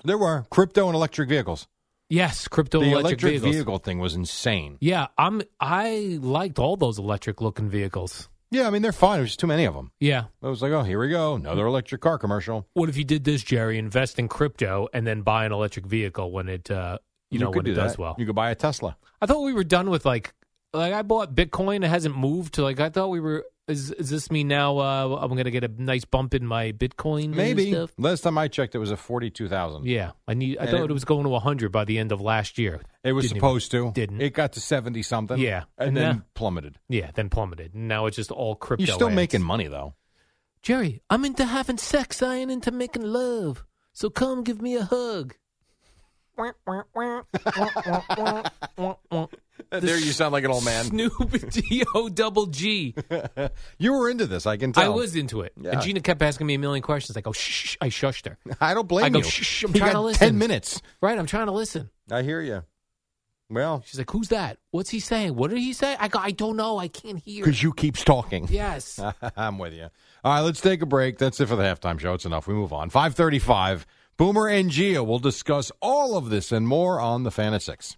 There were crypto and electric vehicles.
Yes, crypto
the
electric, vehicles.
vehicle thing was insane.
Yeah, I'm I liked all those electric looking vehicles.
Yeah, I mean they're fine. There's just too many of them.
Yeah.
I was like, oh, here we go, another electric car commercial.
What if you did this, Jerry? Invest in crypto and then buy an electric vehicle when it uh you, know
could
when
do
it does
that.
well.
You could buy a Tesla.
I thought we were done with like like I bought Bitcoin, it hasn't moved to like I thought we were is, is this me now uh, I'm gonna get a nice bump in my Bitcoin and
Maybe
stuff?
last time I checked, it was a forty-two thousand.
Yeah, I need. I
And
thought
it-
it, was going to 100 by the end of last year.
It was
Didn't even-
supposed to.
Didn't.
It got to seventy something.
Yeah.
and,
And
then
now-
plummeted.
yeah, then plummeted. Now it's just all crypto.
You're still
ads.
making money though.
Jerry, I'm into having sex. I ain't into making love. So come give me a hug.
Uh, there you sound like an old man.
Snoop D O double G.
you were into this. I can tell.
I was into it.
Yeah.
And Gina kept asking me a million questions. I go, shh, shh. I shushed her.
I don't blame
I go,
you.
"Shh, shh, I'm
You
trying
got
to
Ten
listen."
minutes.
Right? I'm trying to listen.
I hear you. Well,
She's like, who's that? What's he saying? What did he say? I go, I don't know. I can't hear.
because you keeps talking.
Yes.
I'm with you. All right, let's take a break. That's it for the halftime show. It's enough. We move on. Five thirty-five. Boomer and Gia will discuss all of this and more on the Fan at Six.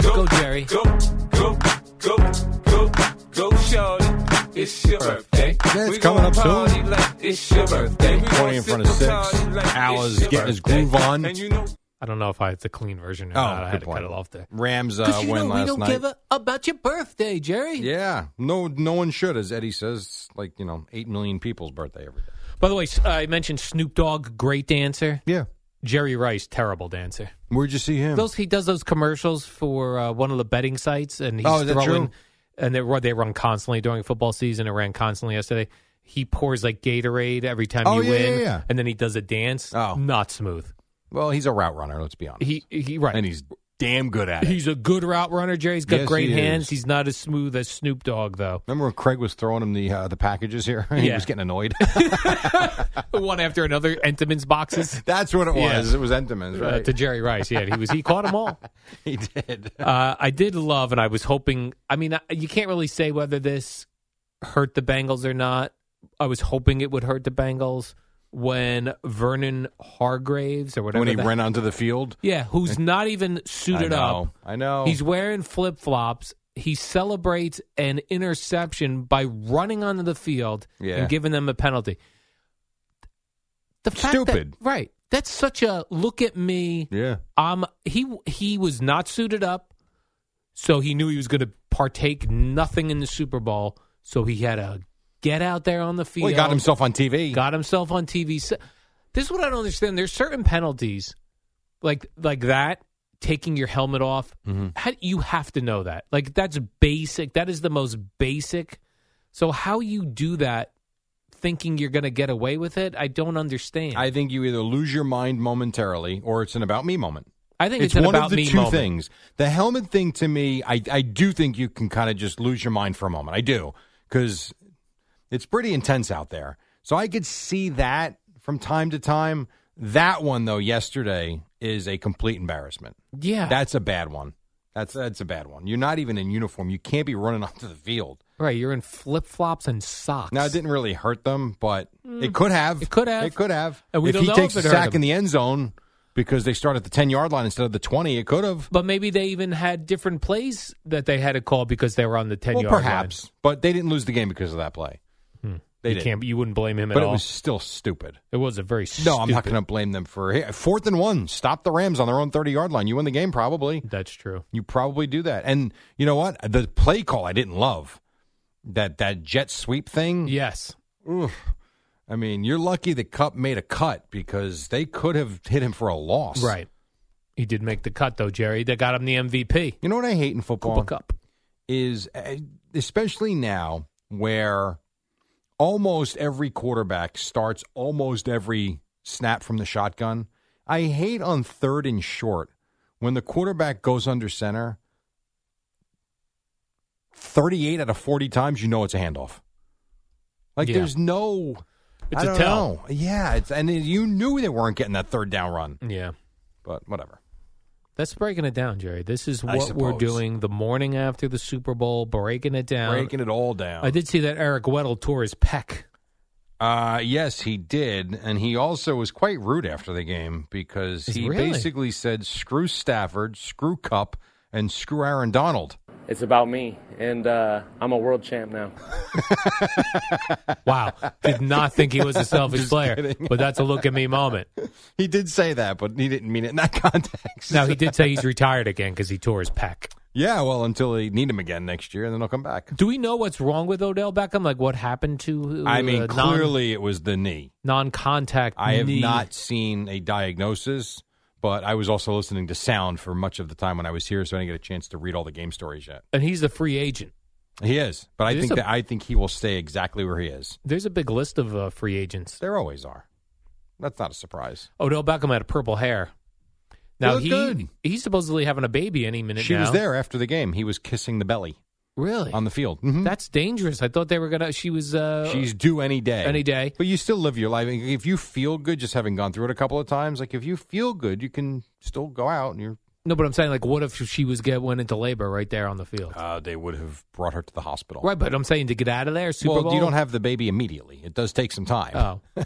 Go, Jerry.
go, go, go, go, go, shorty. it's your birthday.
Yeah, it's coming up soon.
Like it's your birthday.
20 in front of six. Al is getting his groove on.
I don't know if I it's a clean version or
Oh,
not. I had
good
to
point.
cut it off there.
Rams uh,
'Cause you
win
know,
last
we don't
night.
give a about your birthday, Jerry.
yeah, no, no one should, as Eddie says. It's Like you know, eight million people's birthday every day.
By the way, s- I mentioned Snoop Dogg, great dancer.
Yeah.
Jerry Rice, terrible dancer.
Where'd you see him?
Those he does those commercials for uh, one of the betting sites, and he's
Oh, is that
throwing,
true?
and they run- they run constantly during football season. It ran constantly yesterday. He pours like Gatorade every time
Oh,
you
yeah,
win,
yeah, yeah.
and then he does a dance. Oh. not smooth.
Well, he's a route runner. Let's be honest.
He he right.
and he's damn good at it.
He's a good route runner, Jerry. He's got
Yes,
great
he
hands.
is.
He's not as smooth as Snoop Dogg, though.
Remember when Craig was throwing him the uh, the packages here? he
Yeah.
was getting annoyed.
One after another, Entenmann's boxes.
That's what it
Yeah.
was. It was Entenmann's,
Uh,
right?
to Jerry Rice, yeah, he was he caught them all.
he did.
Uh, I did love, and I was hoping. I mean, I- you can't really say whether this hurt the Bengals or not. I was hoping it would hurt the Bengals when Vernon Hargraves or whatever
when he
the-
ran onto the field.
yeah, who's not even suited
I know,
up.
I know.
He's wearing flip flops. He celebrates an interception by running onto the field
Yeah.
and giving them a penalty. The fact that-
Stupid.
right? That's such a look at me.
yeah.
Um, he he was not suited up, so he knew he was going to partake nothing in the Super Bowl. So he had to get out there on the field.
Well, he got himself on TV.
got himself on TV. So- This is what I don't understand. There's certain penalties, like like that, taking your helmet off.
Mm-hmm.
How, you have to know that. Like that's basic. That is the most basic. So how you do that, thinking you're going to get away with it, I don't understand.
I think you either lose your mind momentarily or it's an about me moment.
I think it's, an
one
about
of the
me
two
moment.
things. The helmet thing to me, I, I do think you can kind of just lose your mind for a moment. I do because it's pretty intense out there. So I could see that from time to time. That one though, yesterday is a complete embarrassment.
Yeah,
That's a bad one. That's that's a bad one. You're not even in uniform. You can't be running onto the field.
Right, you're in flip flops and socks.
Now it didn't really hurt them, but it could have.
Mm. It could have.
It could have.
And we
if
don't
he
know
takes
if
a
it hurt
sack
him.
in the end zone because they start at the ten yard line instead of the twenty, it could have.
But maybe they even had different plays that they had to call because they were on the ten
Well,
yard line.
perhaps, but they didn't lose the game because of that play. They
you
did,
can't. You wouldn't blame him
but
at
it
all.
was still stupid.
it was a very
No, I'm not
stupid-
going to blame them for hey, fourth and one. Stop the Rams on their own thirty yard line. You win the game probably.
That's true.
You probably do that. And you know what? The play call I didn't love. That that jet sweep thing.
Yes,
Oof. I mean, you're lucky the Cup made a cut because they could have hit him for a loss.
right. He did make the cut though, Jerry. They got him the MVP.
You know what I hate in football
Cooper Cup.
is uh, especially now where almost every quarterback starts almost every snap from the shotgun. I hate on third and short when the quarterback goes under center 38 out of 40 times you know it's a handoff. Like
Yeah.
there's no
It's
I
a
don't
tell.
know. Yeah, it's and you knew they weren't getting that third down run,
Yeah,
but whatever.
that's breaking it down, Jerry. This is
I
what we're
suppose.
doing the morning after the Super Bowl, breaking it down.
Breaking it all down.
I did see that Eric Weddle tore his pec.
Uh, yes, he did, and he also was quite rude after the game because he
Really?
basically said, "Screw Stafford, screw Cup, and screw Aaron Donald."
It's about me, and uh, I'm a world champ now.
Wow, did not think he was a selfish
Just
player,
kidding.
but that's a look at me moment.
He did say that, but he didn't mean it in that context.
Now he did say he's retired again because he tore his pec.
yeah, well, until they need him again next year, and then he'll come back.
Do we know what's wrong with Odell Beckham? Like what happened to? uh,
I mean,
non-
clearly it was the knee.
non-contact.
I have
knee.
not seen a diagnosis, but I was also listening to sound for much of the time when I was here, so I didn't get a chance to read all the game stories yet.
and he's a free agent.
He is, but I
There's
think
a-
that I think he will stay exactly where he is.
There's a big list of uh, free agents.
There always are. That's not a surprise.
Odell Beckham had purple hair. Now
looked
he
good.
he's supposedly having a baby any minute.
She was
now.
there after the game. He was kissing the belly
really.
on the field. Mhm.
That's dangerous. I thought they were gonna. She was. Uh,
She's due any day.
any day.
But you still live your life. If you feel good, just having gone through it a couple of times, like if you feel good, you can still go out and you're.
no, but I'm saying like, what if she was get went into labor right there on the field?
Uh, they would have brought her to the hospital.
right, but I'm saying to get out of there. Super
well,
Bowl.
you don't have the baby immediately. It does take some time.
Oh,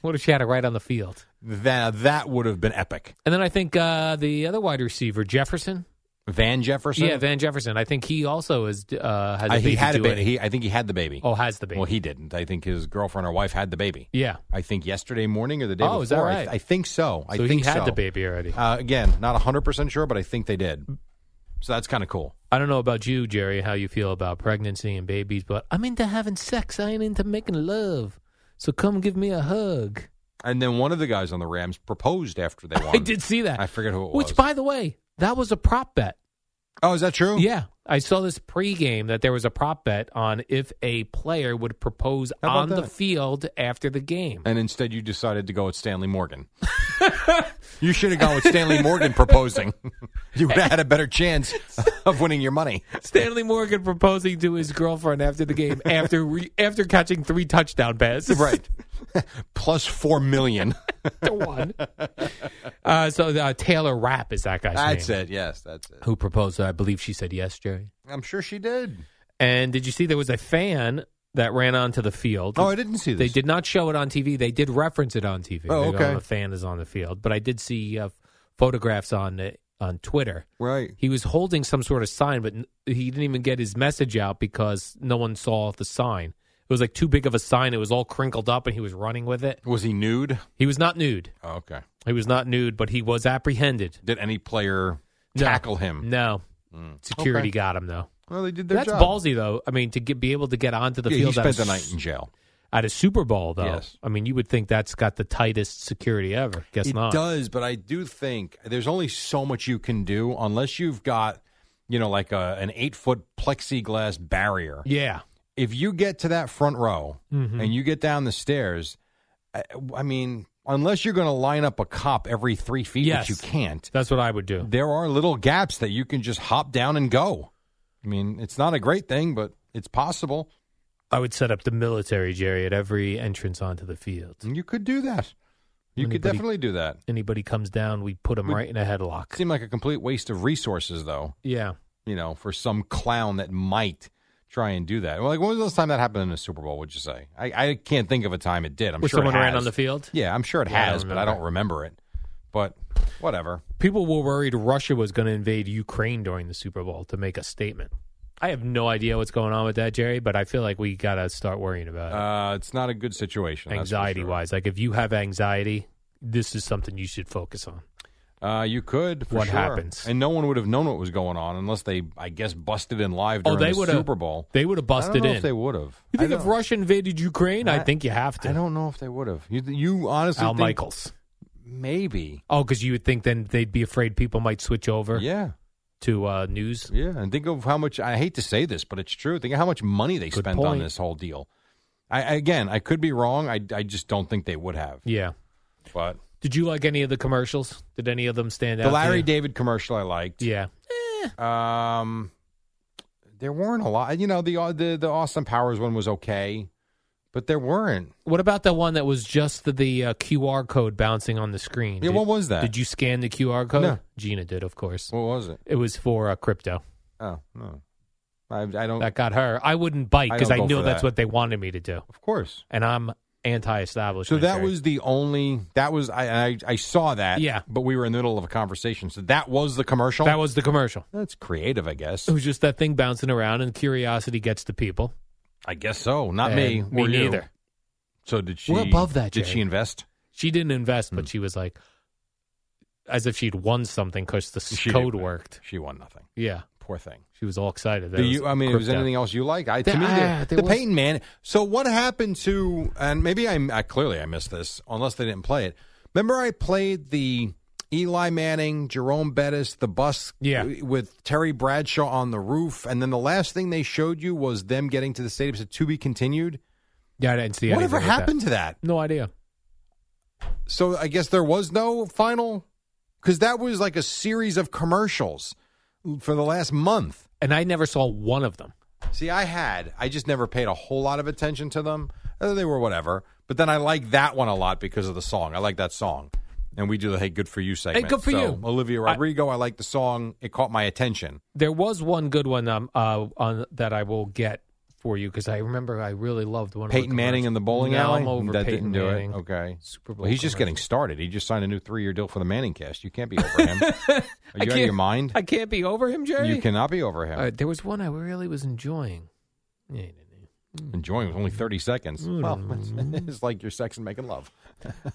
what if she had it right on the field?
That that would have been epic.
And then I think uh, the other wide receiver Jefferson
Van Jefferson.
Yeah, Van Jefferson. I think he also is uh, has. A
Uh,
baby
he had a
due
baby.
any-
He, I think he had the baby.
Oh, has the baby.
Well, he didn't. I think his girlfriend or wife had the baby.
Yeah.
I think yesterday morning or the day
Oh,
before.
is that
I-
right?
I, think so. I
So he
think
had
so.
the baby already.
Uh, again, not 100% sure, but I think they did. So that's kind of cool.
I don't know about you, Jerry, how you feel about pregnancy and babies, but I'm into having sex. I ain't into making love. So come give me a hug.
And then one of the guys on the Rams proposed after they won.
I did see that.
I forget who it was.
Which, by the way, that was a prop bet.
Oh, is that true?
Yeah. I saw this pregame that there was a prop bet on if a player would propose
How about
on the
that?
field after the game.
And instead, you decided to go with Stanley Morgan. you should have gone with Stanley Morgan proposing. you would have had a better chance of winning your money.
Stanley Morgan proposing to his girlfriend after the game after re- after catching three touchdown passes.
Right. Plus four million.
to one. Uh, so uh, Taylor Rapp is that guy's
That's
name
it. Yes, that's it.
who proposed. I believe she said yes, Jerry.
I'm sure she did.
And did you see there was a fan that ran onto the field?
Oh, I didn't see
They
this.
did not show it on TV. They did reference it on TV.
Oh,
They go,
okay.
A fan is on the field, but I did see uh, photographs on uh, on Twitter.
Right.
He was holding some sort of sign, but n- he didn't even get his message out because no one saw the sign. It was like too big of a sign. It was all crinkled up, and he was running with it.
Was he nude?
He was not nude.
Oh, okay.
He was not nude, but he was apprehended.
Did any player
No.
tackle him?
No,
Mm.
security
Okay.
got him though.
Well, they did their
That's
job.
ballsy though. I mean, to get, be able to get onto the
Yeah, he
field. at a
spent the night
s-
in jail.
at a Super Bowl, though.
Yes.
I mean, you would think that's got the tightest security ever. Guess
it
not.
does, but I do think there's only so much you can do unless you've got, you know, like a, an eight foot plexiglass barrier.
Yeah.
If you get to that front row
Mhm.
and you get down the stairs, I, I mean, unless you're going to line up a cop every three feet,
Yes.
which you can't,
That's what I would do.
there are little gaps that you can just hop down and go. I mean, it's not a great thing, but it's possible.
I would set up the military, Jerry, at every entrance onto the field.
And you could do that. You e could
Anybody-
definitely do that.
Anybody comes down, we put them
Would-
right in a headlock.
Seemed like a complete waste of resources, though.
Yeah.
you know, for some clown that might try and do that. Well, like when was the last time that happened in a Super Bowl? Would you say? I, I can't think of a time it did. I'm
Where
sure it
someone ran
has.
on the field?
Yeah, I'm sure it
Yeah, I don't
has, but I
remember.
don't remember it. But whatever.
People were worried Russia was going to invade Ukraine during the Super Bowl to make a statement. I have no idea what's going on with that, Jerry, but I feel like we got to start worrying about it.
Uh, it's not a good situation. that's for
anxiety wise. Like, if you have anxiety, this is something you should focus on.
sure. uh, you could. For
What
sure.
happens?
And no one would have known what was going on unless they, I guess, busted in live
Oh,
during
they
the
would've-
Super Bowl.
they
I
would've busted
don't know
in.
If they would have.
You think if Russia invaded Ukraine, I,
I-
think you have to.
I don't know if they would have. You, you honestly
Al
think
Michaels.
maybe?
Oh, because you would think then they'd be afraid people might switch over
Yeah.
to uh, news.
Yeah, and think of how much I hate to say this, but it's true. Think of how much money they
Good
spent on
point.
this whole deal. I I- again, I could be wrong. I, I just don't think they would have.
Yeah.
But
Did you like any of the commercials? Did any of them stand out?
the
to
Larry
you?
David commercial I liked.
Yeah.
Um, there weren't a lot. You know, the the the Austin Powers one was okay, but there weren't.
What about the one that was just the, the uh, QR code bouncing on the screen?
Yeah,
Did-
what was that?
Did you scan the QR code?
No.
Gina did, of course.
What was it?
It was for uh, crypto.
Oh no, I I don't.
That got her. I wouldn't bite
Oh. I
because
don't
I,
go
knew
for
that's
that.
what they wanted me to do.
of course.
And I'm anti-establishment.
So that
Jerry.
was the only that was I, I I saw that
Yeah.
but we were in the middle of a conversation so that was the commercial
that was Oh, the commercial.
that's creative I guess
It was just that thing bouncing around, and curiosity gets to people.
I guess so. Not me.
And eh, Me
or you.
neither.
So did she?
We're above that,
Did
Jerry.
she invest?
She didn't invest,
Hmm.
but she was like, as if she'd won something because the s-
She
code
did.
worked.
She won nothing.
Yeah,
Poor thing.
she was all excited. That
Do you? I mean, was
crypto.
anything else you like? I to
There-
me,
ah,
the,
there
the
was-
Peyton man. So what happened to? And maybe I, I clearly I missed this unless they didn't play it. Remember, I played the Eli Manning, Jerome Bettis, the bus
Yeah.
w- with Terry Bradshaw on the roof, and then the last thing they showed you was them getting to the stadium. Said to be continued.
Yeah, I didn't see.
Whatever
anything with
happened to that?
That. No idea.
So I guess there was no final because that was like a series of commercials for the last month.
And I never saw one of them.
See, I had, I just never paid a whole lot of attention to them. Uh, They were whatever. But then I like that one a lot because of the song. I like that song. And we do the Hey Good For You segment.
Good For
So,
You.
Olivia
I-
Rodrigo, I, like the song. It caught my attention.
There was one good one um, uh, on that I will get for you because I remember I really loved one. of
Peyton
her
Manning
commercials.
in the bowling
No,
alley.
I'm over
that
Peyton
didn't do
Manning.
it. Okay,
Super Bowl
Well, he's just getting started. He just signed a new three-year deal for the Manning Cast. You can't be over him. Are you out of
can't-
your mind?
I can't be over him, Jerry.
You cannot be over him.
Uh, there was one I really was enjoying. Yeah,
Enjoying was only thirty seconds. Well, it's like your sex and making love.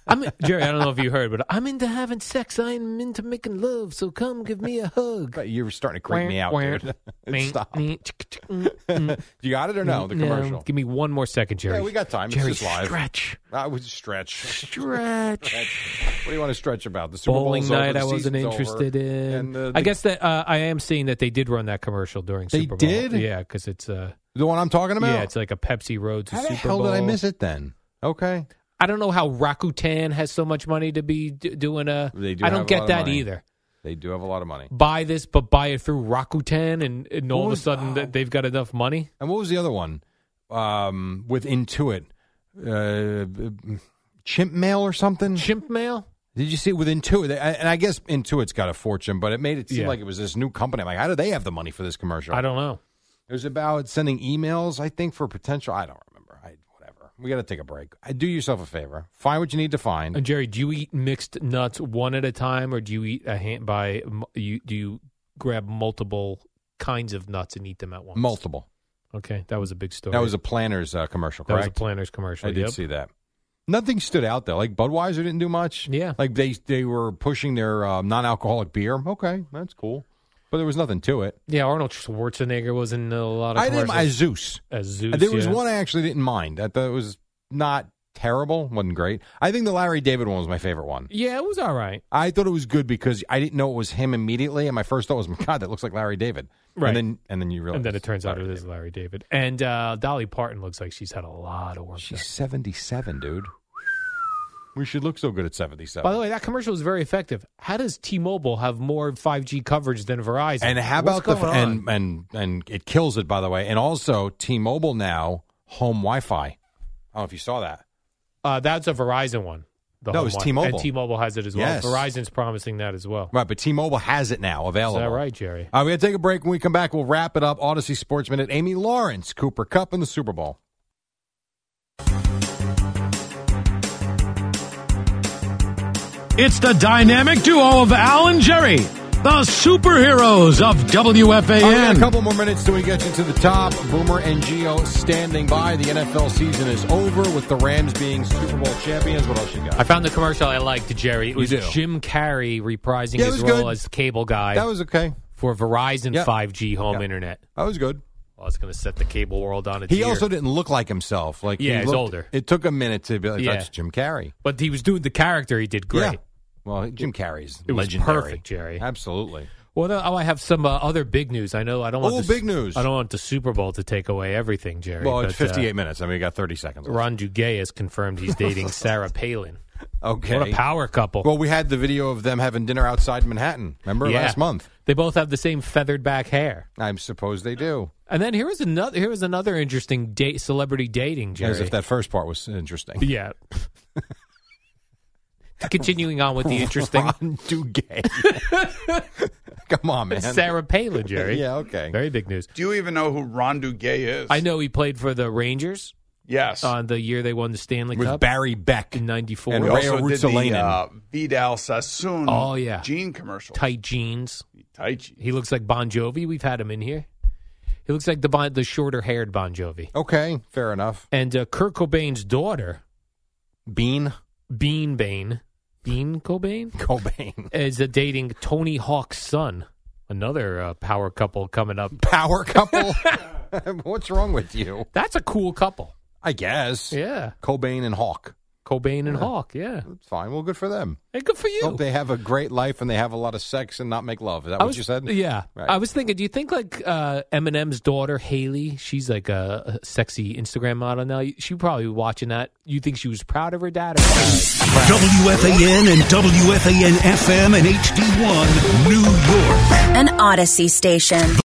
I'm Jerry. I don't know if you heard, but I'm into having sex. I'm into making love. So come give me a hug.
But you're starting to creep me out,
Wah,
dude.
wah, me,
Stop.
me,
you got it or no? The commercial.
Mm. Give me one more second, Jerry.
Yeah, we got time.
Jerry,
it's just live.
stretch.
I was stretch.
Stretch.
What do you want to stretch about? The Super
Bowling
Bowl's
night,
over, the
I wasn't
season's over,
interested in.
and the,
I guess that uh, I am seeing that they did run that commercial during
They
Super Bowl.
did?
yeah, because it's uh,
the one I'm talking about.
yeah, it's like a Pepsi Road to
How
Super
the hell
Bowl.
did I miss it then? Okay.
I don't know how Rakuten has so much money to be d- doing a.
They do
I
have a
don't get
lot of
that
money.
either.
They do have a lot of money.
Buy this, but buy it through Rakuten, and, and
What
all of a
was-
sudden th- they've got enough money.
And what was the other one? Um, with Intuit, uh, Chimp Mail or something.
Chimp mail.
Did you see it with Intuit? They- And I guess Intuit's got a fortune, but it made it seem
Yeah.
like it was this new company. I'm like, how do they have the money for this commercial?
I don't know.
It was about sending emails, I think, for potential. I don't remember. I whatever. We got to take a break. I, do yourself a favor. Find what you need to find.
And Jerry, do you eat mixed nuts one at a time, or do you eat a hand by? m- You do you grab multiple kinds of nuts and eat them at once?
Multiple.
Okay, that was a big story.
That was a Planners uh, commercial,
That was
correct?
a Planners commercial.
I did
yep.
see that. Nothing stood out though. Like Budweiser didn't do much.
Yeah.
Like they they were pushing their um, non-alcoholic beer. Okay, that's cool. But there was nothing to it.
Yeah, Arnold Schwarzenegger was in a lot of
I didn't. I
commercials.
Zeus.
As Zeus.
there was
yeah.
one I actually didn't mind. That that was not terrible. wasn't great. I think the Larry David one was my favorite one.
Yeah, it was all right.
I thought it was good because I didn't know it was him immediately, and my first thought was, "God, that looks like Larry David."
Right.
And then and then you realize,
And then it turns out it is Larry David. And uh, Dolly Parton looks like she's had a lot of work.
she's seventy-seven, dude. We should look so good at seventy-seven.
done. By the way, that commercial was very effective. How does T-Mobile have more 5G coverage than Verizon?
And how
What's
about the
going on?
and and and it kills it by the way. And also T-Mobile now home Wi-Fi. I don't know if you saw that.
Uh, that's a Verizon one. The
No, it
home
was
one.
T-Mobile.
And T-Mobile has it as well.
Yes.
Verizon's promising that as well.
Right, but T-Mobile has it now
Is
available.
that right, Jerry?
Uh, we're gonna take a break. When we come back, we'll wrap it up. Odyssey Sports Minute. Amy Lawrence, Cooper Cup, and the Super Bowl.
It's the dynamic duo of Al and Jerry, the superheroes of
All right, we got Oh, a
WFAN.
couple more minutes till we get you to the top. Boomer and Geo standing by. The NFL season is over with the Rams being Super Bowl champions. What else you got?
I found the commercial I liked, Jerry. It
You
was
do.
Jim Carrey reprising
Yeah, it
his
was
role
good.
as cable guy
that was okay.
for Verizon
Yeah.
5G home
Yeah.
internet.
That was good.
Well, it's going to set the cable world on its
He
ear.
also didn't look like himself. Like he
Yeah, he's
looked-
older.
It took a minute to be like,
Yeah.
that's Jim Carrey.
but he was doing the character. He did great.
Yeah. Well, Jim Carrey's
It was
legendary.
perfect, Jerry.
Absolutely.
Well, no, oh, I have some uh, other big news. I know I don't want
Oh,
the,
big news.
I don't want the Super Bowl to take away everything, Jerry.
Well, it's
but, uh,
58 minutes. I mean, we got 30 seconds. left.
Ron Duguay has confirmed he's dating Sarah Palin.
Okay.
What a power couple!
Well, we had the video of them having dinner outside Manhattan. Remember
Yeah.
last month?
They both have the same feathered back hair.
I suppose they do.
And then here is another here is another interesting date celebrity dating, Jerry.
As if that first part was interesting.
yeah. Continuing on with the interesting
Ron Duguay. Come on, man.
Sarah Palin, Jerry.
Yeah, okay.
Very big news.
Do you even know who Rondu Gay is?
I know Uh, he played for the Rangers
Yes.
on the year they won the Stanley
With
Cup
Barry Beck.
in '94.
and
we
Rhea
also did the
Ruotsalainen.
uh, Vidal Sassoon
Oh, yeah.
jean commercial.
Tight jeans.
Tight jeans.
He looks like Bon Jovi. We've had him in here. He looks like the bon, the shorter haired Bon Jovi.
Okay, fair enough.
And uh, Kurt Cobain's daughter,
Bean
Bean Bane, Bean Cobain,
Cobain.
is uh, dating Tony Hawk's son. Another uh, power couple coming up.
Power couple. What's wrong with you?
That's a cool couple.
I guess.
Yeah,
Cobain and Hawk.
Cobain and
Yeah.
Hawk. Yeah,
It's fine. Well, good for them.
hey, good for you.
Hope they have a great life and they have a lot of sex and not make love. Is that
I
what
was-
you said?
Yeah,
Right.
I was thinking. Do you think like uh, Eminem's daughter Haley? She's like a, a sexy Instagram model now. She probably watching that. You think she was proud of her dad? Or
WFAN and WFAN FM and HD1 New York.
An Odyssey station.